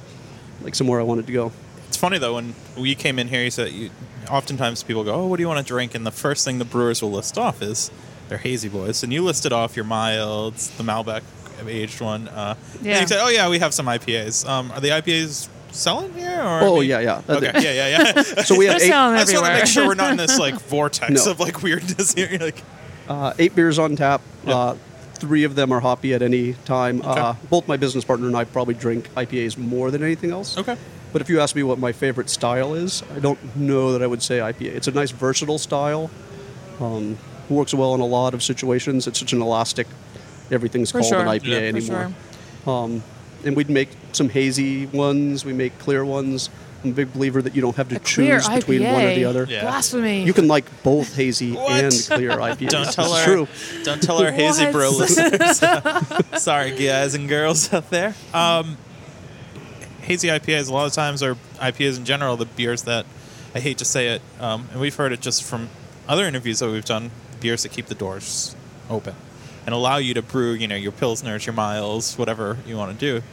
like somewhere I wanted to go. It's funny though when we came in here, you said you. Oftentimes people go, "Oh, what do you want to drink?" And the first thing the brewers will list off is their hazy boys. And you listed off your milds, the Malbec aged one. Uh, And Yeah. you said, "Oh yeah, we have some IPAs. Um, are the IPAs selling here?" Or Oh, yeah, yeah. Uh, Okay, yeah, yeah, yeah. So we have They're eight, selling I just want to everywhere. make sure we're not in this like vortex No. of like weirdness here. Like, uh, eight beers on tap. Uh, three of them are hoppy at any time. Uh, both my business partner and I probably drink IPAs more than anything else. okay, But if you ask me what my favorite style is, I don't know that I would say IPA. It's a nice versatile style. Um, works well in a lot of situations. It's such an elastic. Everything's For called sure. an IPA Yeah, for anymore. sure. Um, and we'd make some hazy ones. We make clear ones. I'm a big believer that you don't have to A clear choose between one or the IPA. other. Yeah. Blasphemy. You can like both hazy What? and clear IPAs. don't tell It's our true. don't tell our hazy bro What? listeners. Sorry, guys and girls out there. Um, hazy IPAs a lot of times are IPAs in general. The beers that I hate to say it, um, and we've heard it just from other interviews that we've done. Beers that keep the doors open and allow you to brew, you know, your pilsners, your miles, whatever you want to do.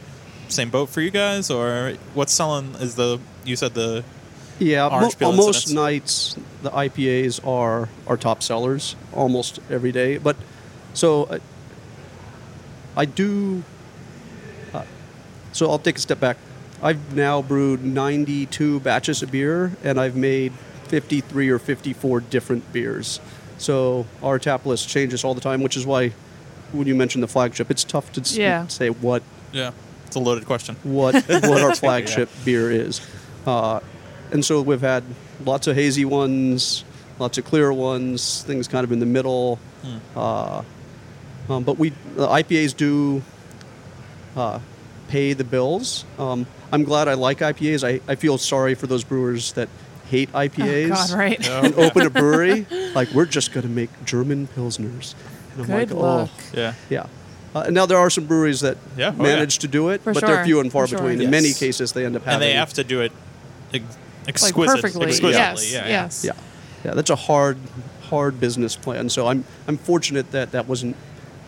Same boat for you guys, or what's selling is the you said the Yeah, Orange mo- peel on most incidents. nights the IPAs are our top sellers uh, almost every day. But so I, I do uh, So I'll take a step back. I've now brewed 92 batches of beer, and I've made 53 or 54 different beers. So our tap list changes all the time, which is why when you mention the flagship, it's tough to s- Yeah. say what Yeah, it's a loaded question. what what our flagship beer is. Uh, and so we've had lots of hazy ones, lots of clear ones, things kind of in the middle. Hmm. Uh, um, but we the IPAs do uh, pay the bills. Um, I'm glad I like IPAs. I, I feel sorry for those brewers that hate Oh, IPAs God, right? and open a brewery. Like we're just going to make German pilsners. And I'm Good like, luck. oh, Yeah. yeah. Uh, and now there are some breweries that Yeah, oh, manage to do it, For but sure, they're few and far for sure. between. In many Yes. cases, they end up And having they have to do it ex- Like exquisite, perfectly. exquisitely. Yes. Yeah, yeah. Yes. yeah, yeah. That's a hard, hard business plan. So I'm I'm fortunate that that wasn't.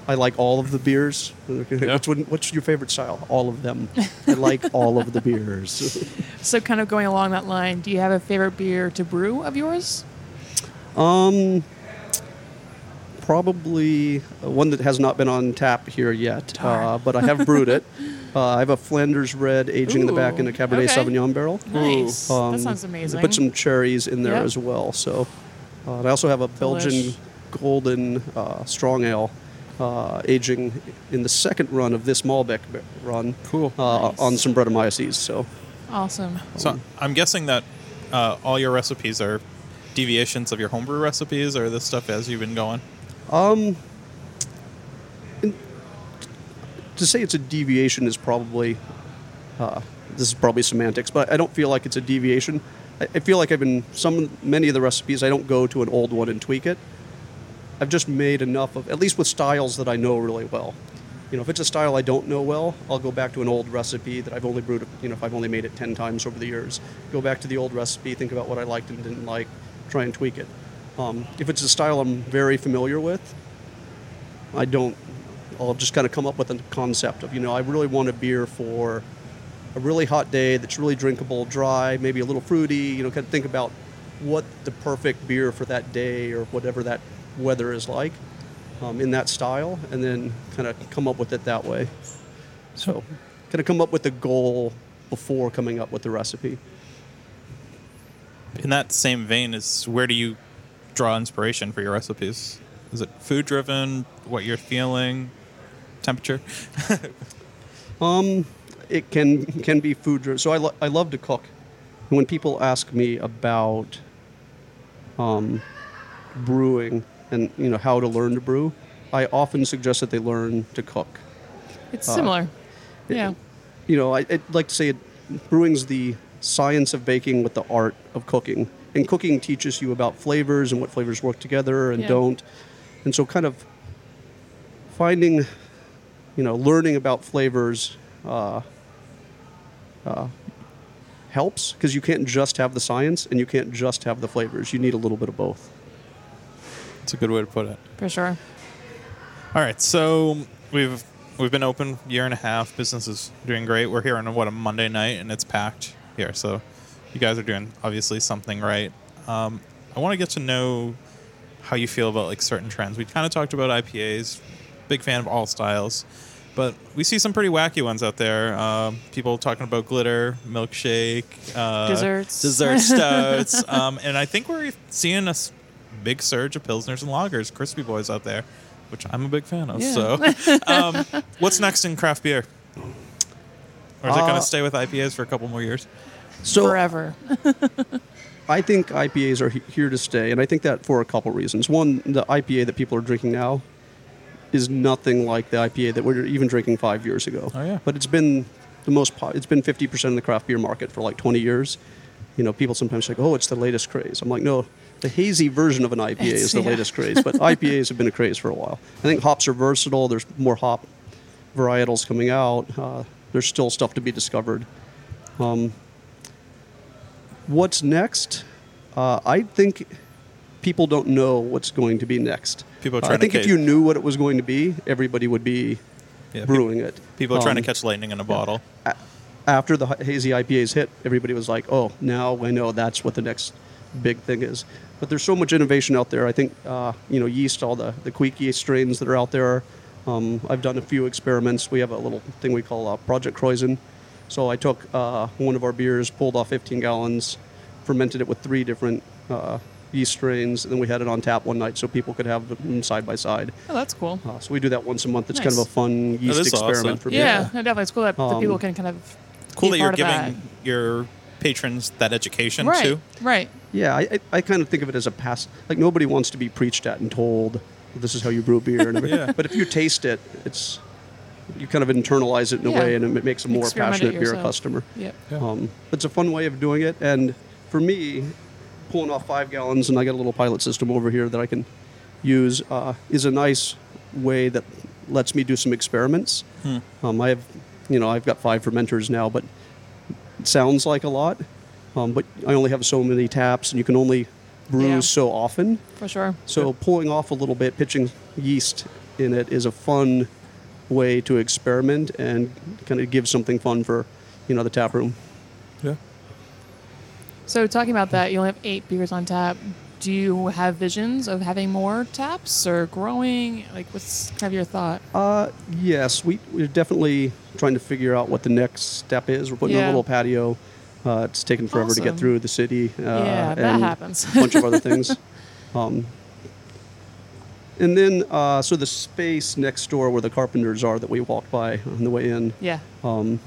I like all of the beers. Which one, what's your favorite style? All of them. I like all of the beers. So, kind of going along that line, do you have a favorite beer to brew of yours? Um, probably uh, one that has not been on tap here yet, uh, but I have brewed it. Uh, I have a Flanders Red aging in the back in a Ooh, Cabernet okay. Sauvignon barrel. Nice. Um, that sounds they amazing. Put some cherries in there Yep. as well. So, uh, and I also have a Belgian Delish. golden uh, strong ale uh, aging in the second run of this Malbec b- run. Cool. Uh, On some Brettanomyces. So, awesome. So I'm guessing that uh, all your recipes are deviations of your homebrew recipes, or this stuff as you've been going. um, in- to say it's a deviation is probably uh, this is probably semantics, but I don't feel like it's a deviation. I, I feel like I've been some many of the recipes. I don't go to an old one and tweak it. I've just made enough of at least with styles that I know really well. You know, if it's a style I don't know well, I'll go back to an old recipe that I've only brewed. You know, if I've only made it ten times over the years, go back to the old recipe, think about what I liked and didn't like, try and tweak it. Um, if it's a style I'm very familiar with, I don't. I'll just kind of come up with a concept of you know I really want a beer for a really hot day that's really drinkable, dry, maybe a little fruity. You know, kind of think about what the perfect beer for that day or whatever that weather is like um, in that style, and then kind of come up with it that way. So, kind of come up with the goal before coming up with the recipe. In that same vein, is where do you draw inspiration for your recipes? Is it food driven? What you're feeling? Temperature? Um, it can can be food driven. So I, lo- I love to cook. And When people ask me about um, brewing and you know how to learn to brew, I often suggest that they learn to cook. It's Uh, similar. yeah. You know, I, I'd like to say it, brewing's the science of baking with the art of cooking, and cooking teaches you about flavors and what flavors work together and Yeah. don't, and so kind of finding, you know, learning about flavors uh, uh, helps because you can't just have the science and you can't just have the flavors. You need a little bit of both. It's a good way to put it. for sure. All right, so we've we've been open year and a half. Business is doing great. We're here on what a Monday night, and it's packed here. So you guys are doing obviously something right. Um, I want to get to know how you feel about like certain trends. We kind of talked about IPAs. Big fan of all styles, but we see some pretty wacky ones out there. Um, people talking about glitter, milkshake, uh, Desserts. dessert stouts, um, and I think we're seeing a s- big surge of pilsners and lagers, crispy boys out there, which I'm a big fan of. Yeah. So, um, what's next in craft beer? Or is it going Uh, to stay with IPAs for a couple more years? So forever. I think IPAs are he- here to stay, and I think that for a couple reasons. One, the IPA that people are drinking now is nothing like the IPA that we were even drinking five years ago. Oh, yeah. But it's been the most. Po- it's been fifty percent of the craft beer market for like twenty years. You know, people sometimes like, "Oh, it's the latest craze." I'm like, "No, the hazy version of an IPA is It's- the yeah. latest craze." But IPAs have been a craze for a while. I think hops are versatile. There's more hop varietals coming out. Uh, there's still stuff to be discovered. Um, what's next? Uh, I think people don't know what's going to be next. People are Uh, I trying to think if ca- you knew what it was going to be, everybody would be Yeah, peop- brewing it. People are trying to Um, catch lightning in a bottle. Uh, After the ha- hazy IPAs hit, everybody was like, "Oh, now I know that's what the next big thing is." But there's so much innovation out there. I think uh, you know yeast, all the the quick yeast strains that are out there. Um, I've done a few experiments. We have a little thing we call uh, Project Croizen, So I took uh, one of our beers, pulled off 15 gallons, fermented it with three different uh, yeast strains, and then we had it on tap one night so people could have them side by side. Oh, that's cool. Uh, so we do that once a month. It's kind of Nice. a fun yeast is experiment awesome. for people. Yeah, no, definitely. It's cool that the Um, people can kind of. Cool be that you're part of giving your patrons that education Right, too. right. Yeah, I, I, I kind of think of it as a pass. Like nobody wants to be preached at and told this is how you brew beer, and everything. Yeah. but if you taste it, it's you kind of internalize it in a Yeah. way, and it makes a more Experiment it passionate beer yourself. customer. Yep. Um, it's a fun way of doing it, and for me, pulling off five gallons, and I got a little pilot system over here that I can use, uh, is a nice way that lets me do some experiments. Um, I have, you know, I've got five fermenters now, but it sounds like a lot, um, but I only have so many taps, and you can only brew Yeah. so often. For sure. So pulling off a little bit, pitching yeast in it is a fun way to experiment and kind of give something fun for, you know, the tap room. Yeah. So talking about that, you only have eight beers on tap. Do you have visions of having more taps or growing? Like, what's kind of your thought? Uh, yes, we, we're definitely trying to figure out what the next step is. We're putting in Yeah. a little patio. Uh, it's taken forever to Awesome. get through the city. Uh, Yeah, that and happens. a bunch of other things. Um, and then, uh, so the space next door where the carpenters are that we walked by on the way in, Yeah. um,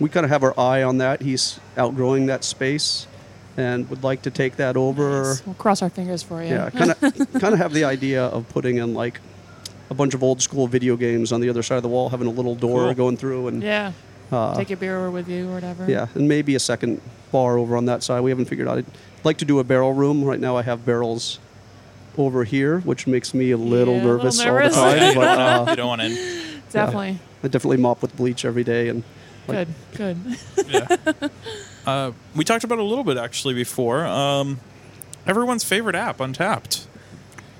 we kind of have our eye on that. He's outgrowing that space and would like to take that over. Nice. We'll cross our fingers for you. Yeah, kind of kind of have the idea of putting in like a bunch of old school video games on the other side of the wall, having a little door Cool. going through, and yeah. Yeah. uh, Take your beer over with you or whatever. and maybe a second bar over on that side. We haven't figured out. I'd like to do a barrel room. Right now, I have barrels over here, which makes me a little Yeah, a little nervous, nervous. all the Yeah, you, time. but don't uh, wanna, you don't want to. Definitely. I definitely mop with bleach every day, and like, Good. Good. Uh, we talked about it a little bit actually before. Um, everyone's favorite app, Untapped.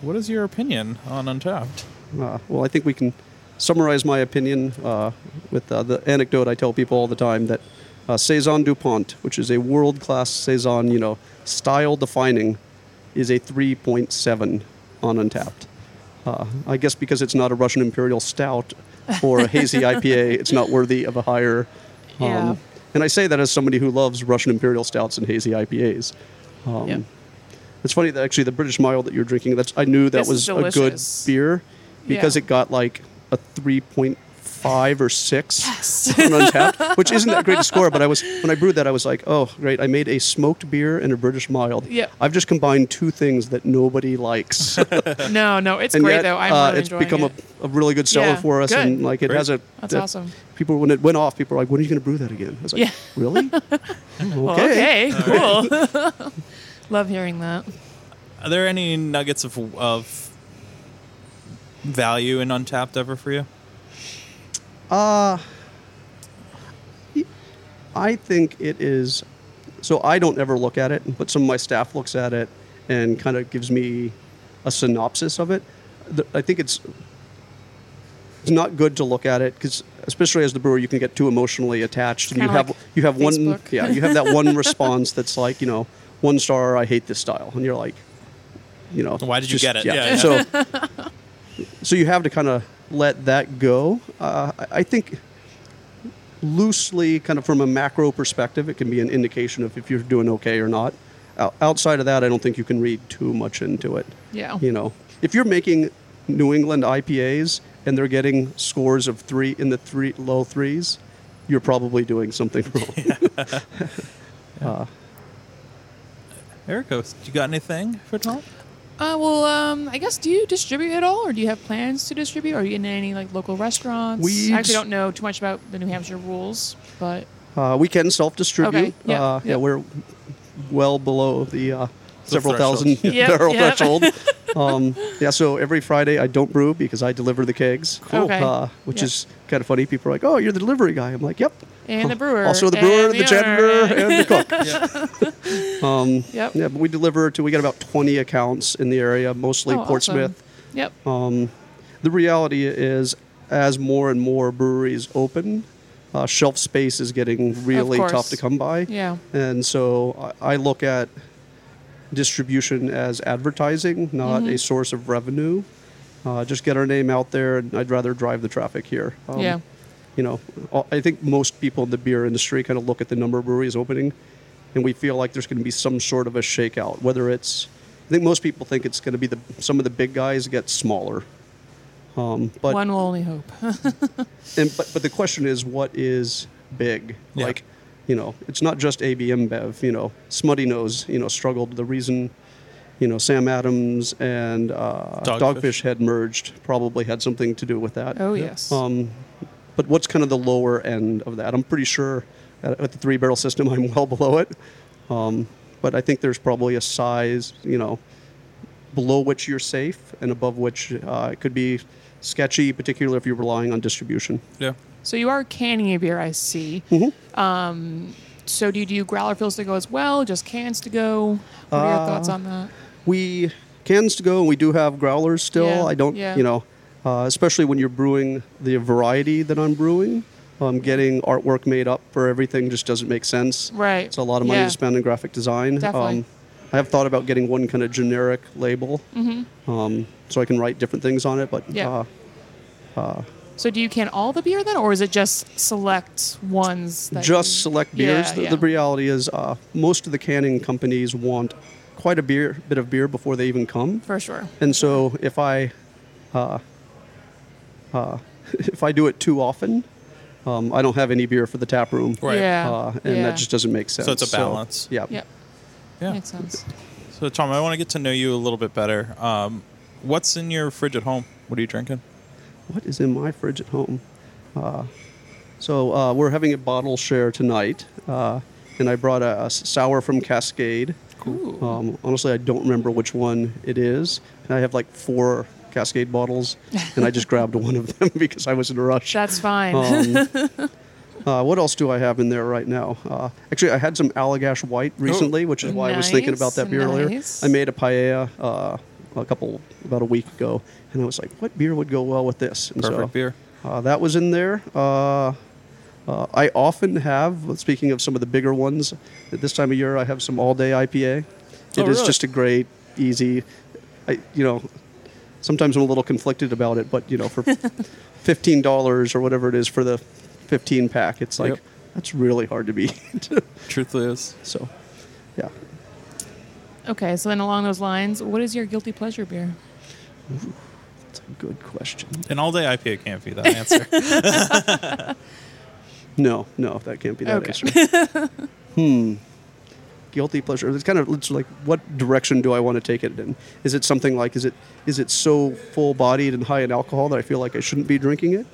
What is your opinion on Untapped? Uh, well, I think we can summarize my opinion uh, with uh, the anecdote I tell people all the time that uh, Saison DuPont, which is a world class Saison, you know, style defining, is a 3.7 on Untapped. Uh, I guess because it's not a Russian Imperial Stout or a hazy IPA, it's not worthy of a higher. Yeah. Um, And I say that as somebody who loves Russian Imperial Stouts and hazy IPAs. Um, Yeah. It's funny that actually the British Mile that you're drinking, that's I knew that This is was a good delicious. beer because Yeah. it got like a 3.5 or 6 on Untapped, which isn't that great a score, but I was when I brewed that I was like, "Oh, great. I made a smoked beer and a British mild." Yeah. I've just combined two things that nobody likes. and No, no, it's great yet, though. I'm uh, really it's enjoying become it. A, a really good seller Yeah, for us good. and like it Great. has a That's uh, awesome. People when it went off, people were like, "When are you going to brew that again?" I was like, Yeah. "Really?" Well, okay. Cool. Love hearing that. Are there any nuggets of, of value in Untapped ever for you? Uh, I think it is. So I don't ever look at it, but some of my staff looks at it and kind of gives me a synopsis of it. The- I think it's it's not good to look at it because, especially as the brewer, you can get too emotionally attached. And you Kinda have like you have one Facebook. yeah you have that one response that's like you know one star I hate this style and you're like you know Why did you get it? Yeah, yeah. so so you have to kind of let that go. Uh, I- I think loosely, kind of from a macro perspective, it can be an indication of if you're doing okay or not. O- Outside of that, I don't think you can read too much into it. Yeah. You know, if you're making New England IPAs and they're getting scores of three in the three low threes, you're probably doing something wrong. Erico, you got anything for Tom? Uh, well, um, I guess do you distribute at all, or do you have plans to distribute? Are you in any like local restaurants? We I actually dis- don't know too much about the New Hampshire rules, but Uh, we can self-distribute. Okay, yeah, uh, yeah, yeah. we're well below the uh, several threshold. thousand Yep, barrel yep. threshold. um, yeah, so every Friday I don't brew because I deliver the kegs. Cool. Okay, Uh, which yeah. is kind of funny. People are like, "Oh, you're the delivery guy." I'm like, "Yep." and the brewer, Oh, Also, the and brewer, the, owner, janitor, and- and the cook. um, Yep. Yeah, but we deliver to. We got about 20 accounts in the area, mostly Oh, awesome. Portsmouth. Yep. Um, the reality is, as more and more breweries open, uh, shelf space is getting really course. tough to come by. Yeah. And so I, I look at distribution as advertising, not Mm-hmm. a source of revenue. Uh, just get our name out there, and I'd rather drive the traffic here. Um, yeah. you know, all- I think most people in the beer industry kind of look at the number of breweries opening, and we feel like there's going to be some sort of a shakeout. Whether it's, I think most people think it's going to be the some of the big guys get smaller. Um, but One will only hope. and but, but the question is what is big Yeah. like you know it's not just abm bev you know smutty nose you know struggled the reason you know sam adams and uh, Dogfish. dogfish. had merged probably had something to do with that oh yes. um, but what's kind of the lower end of that i'm pretty sure at, at the three barrel system i'm well below it um, but i think there's probably a size you know below which you're safe and above which uh, it could be sketchy particularly if you're relying on distribution Yeah. so you are canning a beer, I see. Um, Mm-hmm. so do you do growler fills to go as well? Just cans to go? What Uh, are your thoughts on that? we cans to go and we do have growlers still Yeah, i don't yeah. you know uh, especially when you're brewing the variety that i'm brewing um, getting artwork made up for everything just doesn't make sense Right. it's a lot of money Yeah. to spend on graphic design Um, Definitely. i have thought about getting one kind of generic label um, so i can write different things on it but Mm-hmm. Yeah. uh, So do you can all the beer then, or is it just select ones? That just you- select Yeah, beers. The- yeah. The, reality is, uh, most of the canning companies want quite a beer, bit of beer before they even come. for sure. And so if I, uh, uh, if I do it too often, um, I don't have any beer for the tap room, Right. Yeah. uh, and yeah. that just doesn't make sense. it's a balance. yeah. Yep. Yeah. Makes sense. So, Tom, I want to get to know you a little bit better. Um, what's in your fridge at home? What are you drinking? What is in my fridge at home? Uh, so uh, we're having a bottle share tonight, uh, and I brought a, a s- sour from Cascade. Ooh. Um, honestly, I don't remember which one it is, and I have like four Cascade bottles, and I just grabbed one of them because I was in a rush. That's fine. Um, uh, what else do I have in there right now? Uh, actually, I had some Allagash White recently, which is why I was thinking about that beer Nice, earlier. nice. I made a paella uh, a couple about a week ago, and I was like, "What beer would go well with this?" And Perfect so, beer. Uh, that was in there. Uh, uh, I often have. uh, Speaking of some of the bigger ones, at this time of year, I have some All Day IPA. It is Oh, really? just a great, easy. I, you know, sometimes I'm a little conflicted about it, but you know, for fifteen dollars or whatever it is for the fifteen pack, it's like Yep. that's really hard to beat. Truthfully is. so, yeah, okay, so then along those lines, what is your guilty pleasure beer? it's a good question. An all day IPA can't be that answer. No, no, that can't be that Okay. answer. hmm. Guilty pleasure. It's kind of it's like what direction do I want to take it in? Is it something like is it is it so full bodied and high in alcohol that I feel like I shouldn't be drinking it?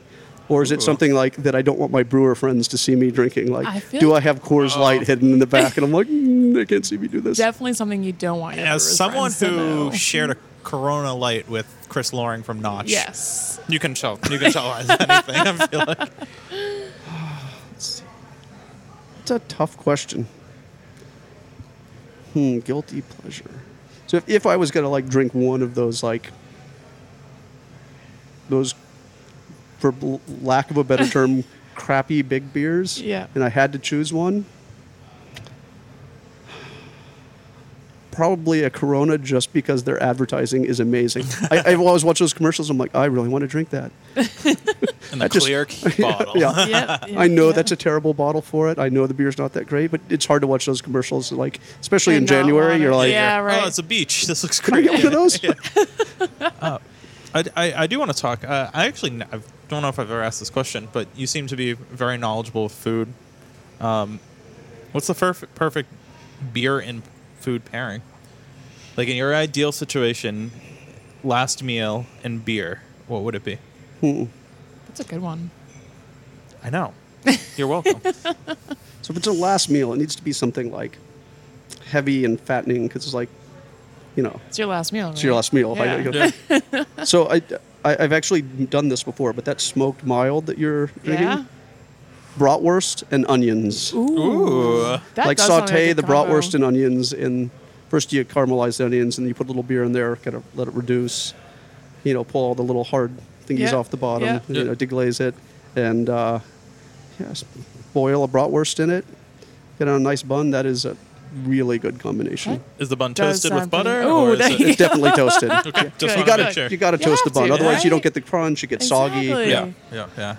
Or is it something like that I don't want my brewer friends to see me drinking? Like, I feel do like- I have Coors Light hidden in the back? And I'm like, mm, they can't see me do this. Definitely something you don't want. your As brewers someone friends to who know. shared a Corona Light with Chris Loring from Notch, Yes. you can tell. You can tell us anything. I feel like. It's a tough question. Hmm, guilty pleasure. So if, if I was gonna like drink one of those like those for bl- lack of a better term crappy big beers Yeah. and I had to choose one probably a Corona just because their advertising is amazing. I, I've always watched those commercials I'm like I really want to drink that. In the I just- clear bottle. yeah. Yep. I know yeah. that's a terrible bottle for it. I know the beer's not that great, but it's hard to watch those commercials. Like, especially And in not want January, it. you're like, Yeah, right. Oh, it's a beach. This looks can I great. get one of those? I, I, I do want to talk. Uh, I actually n- I don't know if I've ever asked this question, but you seem to be very knowledgeable of food. Um, what's the perf- perfect beer and food pairing? Like in your ideal situation, last meal and beer, what would it be? That's a good one. I know. You're welcome. So if it's a last meal, it needs to be something like heavy and fattening because it's like, you know, It's your last meal. Right? it's your last meal. Yeah. I, so I, I, I've actually done this before, but that smoked mild that you're drinking, Yeah. bratwurst and onions. Ooh. That like does sound saute a good the combo. bratwurst and onions and first you caramelize the onions and you put a little beer in there kind of let it reduce you know pull all the little hard thingies Yeah, off the bottom yeah. you know deglaze it and uh, yes boil a bratwurst in it get on a nice bun that is a really good combination Is the bun Does toasted sound with pretty- butter? Ooh, or is there it, you it's definitely toasted Okay, just You want to gotta- make sure. you got to You toast the have bun to, otherwise you right? don't get the crunch it gets soggy Exactly. yeah, yeah, yeah.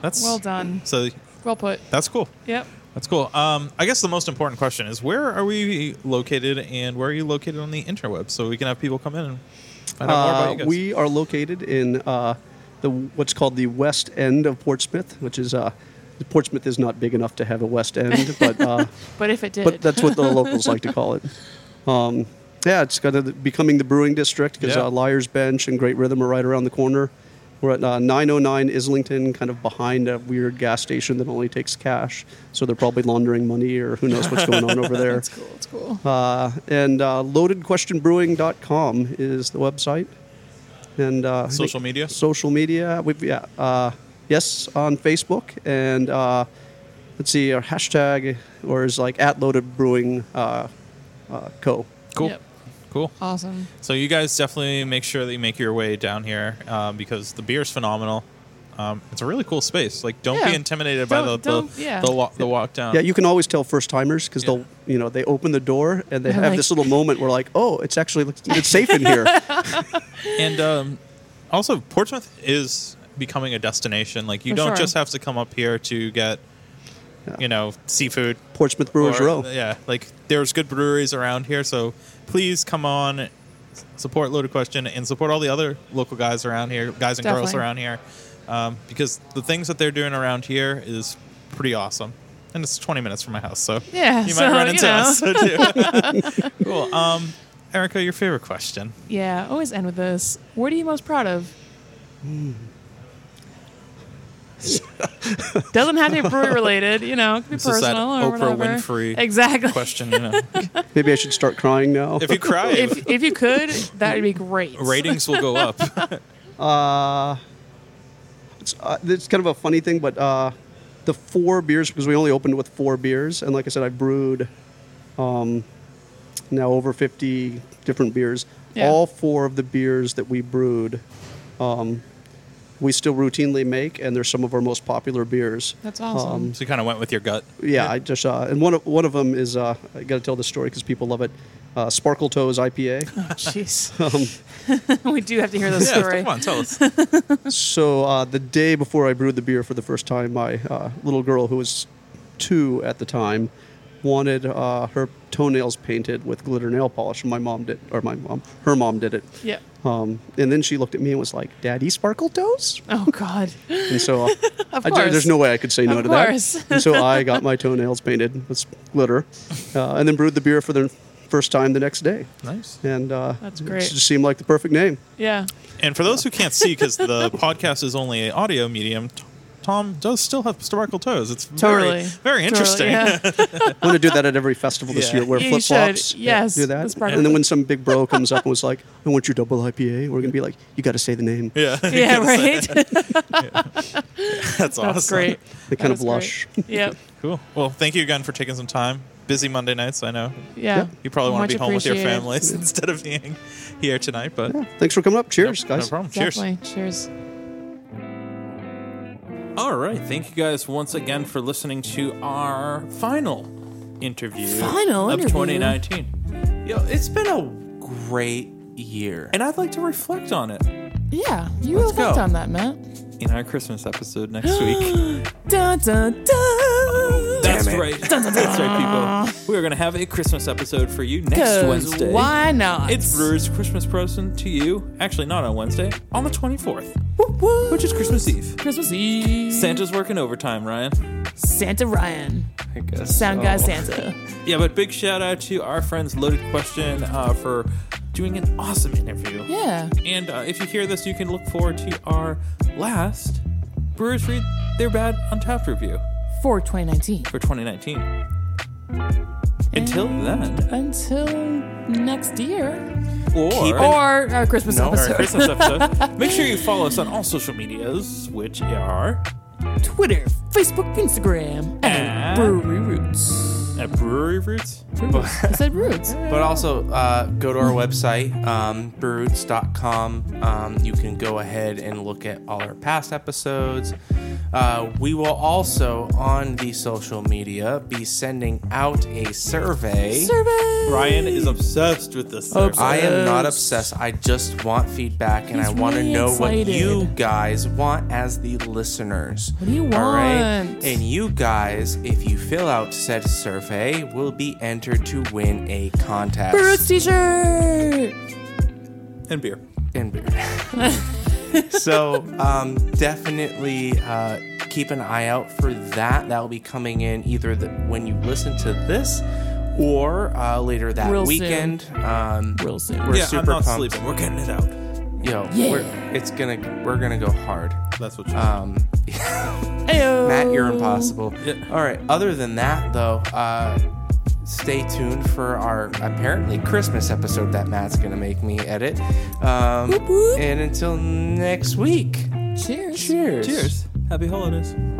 That's Well done. So Well put. that's cool. Yep. That's cool. Um, I guess the most important question is where are we located and where are you located on the interweb so we can have people come in and find out more about you Uh, guys. we are located in uh, the what's called the west end of Portsmouth, which is uh, Portsmouth is not big enough to have a west end, but uh, But if it did, but that's what the locals like to call it. Um, yeah, it's kind of becoming the brewing district because Yeah. uh, Liars Bench and Great Rhythm are right around the corner. We're at uh, 909 Islington, kind of behind a weird gas station that only takes cash, so they're probably laundering money or who knows what's going on over there. It's cool. It's cool. Uh, and uh, loadedquestionbrewing.com is the website. And uh, I think- Social media? Social media. We've yeah. Uh, yes, on Facebook and uh, let's see our hashtag or is like at loaded brewing uh, uh, co. cool. Yep. Cool. awesome. So you guys definitely make sure that you make your way down here um, because the beer is phenomenal. Um, it's a really cool space. Like, don't Yeah. be intimidated by Don't- the don't- the, yeah. the, wa- the walk down. Yeah, you can always tell first timers because Yeah. they'll you know they open the door and they They're have like- this little moment where like oh it's actually it's safe in here. and um, also Portsmouth is becoming a destination. Like, you For don't sure. just have to come up here to get, Yeah. you know, seafood Portsmouth Brewers or- Row. Yeah, like there's good breweries around here, so please come on, s- support Loaded Question, and support all the other local guys around here, guys and girls Definitely. around here, um, because the things that they're doing around here is pretty awesome. And it's 20 minutes from my house, so Yeah, you so, might run you into know. us so too. cool. Um, Erica, your favorite question? Yeah, always end with this. What are you most proud of? Hmm. Doesn't have to be brewery related, you know, it could be This is that personal or Oprah whatever. Winfrey exactly. Question, you know, Maybe I should start crying now. if you cry, If, if you could, that would be great. ratings will go up. Uh, it's, uh, it's kind of a funny thing, but uh, the four beers because we only opened with four beers, and like I said, I brewed um, now over fifty different beers. Yeah. All four of the beers that we brewed, um, we still routinely make, and they're some of our most popular beers. Um, That's awesome. so you kind of went with your gut. Yeah, I just uh, and one of one of them is uh, I got to tell this story because people love it. Uh, Sparkle Toes IPA. Jeez. um, we do have to hear this Yeah, story. come on, tell us. So uh, the day before I brewed the beer for the first time, my uh, little girl, who was two at the time, wanted uh, her toenails painted with glitter nail polish. And my mom did, or my mom, her mom did it. Yep. Um, and then she looked at me and was like, "Daddy, sparkle toes." Oh God. And so, uh, Of I- course. there's no way I could say no Of to course. that. And so I got my toenails painted with glitter, uh, and then brewed the beer for the first time the next day. nice. And uh, That's great. It just seemed like the perfect name. Yeah. And for those who can't see, because the podcast is only an audio medium, T- Tom does still have sparkle toes. It's very, Totally. very interesting. Totally, yeah. I'm going to do that at every festival this Yeah. year. Wear You flip flops. should, yes, Do that's that. part of it. And then when some big bro comes up and was like, "I want your double IPA," we're going to be like, "You got to say the name." yeah, yeah. Right. that's awesome. That's great. They kind That is great. of blush. Yep. Cool. Well, thank you again for taking some time. Busy Monday nights, I know. Yeah. You probably want Much to be home with your appreciated. families instead of being here tonight, but Thanks for coming up. Cheers, no, guys. no problem. Cheers. Definitely. Cheers. All right. Thank you guys once again for listening to our final interview Final of interview. 2019. Yo, it's been a great year. And I'd like to reflect on it Yeah, you Let's reflect go. on that, Matt. in our Christmas episode next week. Dun, dun, dun. That's right. That's right, people. We are going to have a Christmas episode for you next 'Cause Wednesday. Why not? It's Brewer's Christmas present to you. Actually, not on Wednesday, on the 24th, Whoop, whoop. which is Christmas Eve. Christmas Eve. Santa's working overtime, Ryan. Santa Ryan. I guess. Sound guy Santa. Yeah, but big shout out to our friends Loaded Question uh, for doing an awesome interview. Yeah. And uh, if you hear this, you can look forward to our last Brewers Read Their Bad Untapped review For 2019. for 2019. Until then, Until next year. or, Or our Christmas No, our episode. our Christmas episode, make sure you follow us on all social medias, which are Twitter, Facebook, Instagram, At- and Brewery Roots. at Brewery Roots. I said Roots. But also, uh, go to our website, um, brewroots.com. Um, you can go ahead and look at all our past episodes. Uh, we will also on the social media be sending out a survey. Survey. Brian is obsessed with this. Obs- survey. I am not Obsessed. obsessed. I just want feedback and He's I want really to know excited. what you guys want as the listeners. What do you want? And you guys, if you fill out said survey, will be entered to win a contest. Brutes T-shirt. and beer. and beer. so um, definitely uh, keep an eye out for that. That will be coming in either the, when you listen to this or uh, later that Real soon. weekend. Um, Real soon. We're yeah, super I'm not pumped. sleeping. We're getting it out. Yo, Yeah. we're, it's gonna we're gonna go hard. That's what you. Um, Ayo. Matt, you're impossible. Oh. Yeah. All right. Other than that, though, uh, stay tuned for our apparently Christmas episode that Matt's gonna make me edit. Um, Whoop, whoop. And until next week. Cheers. Cheers. Cheers. Happy holidays.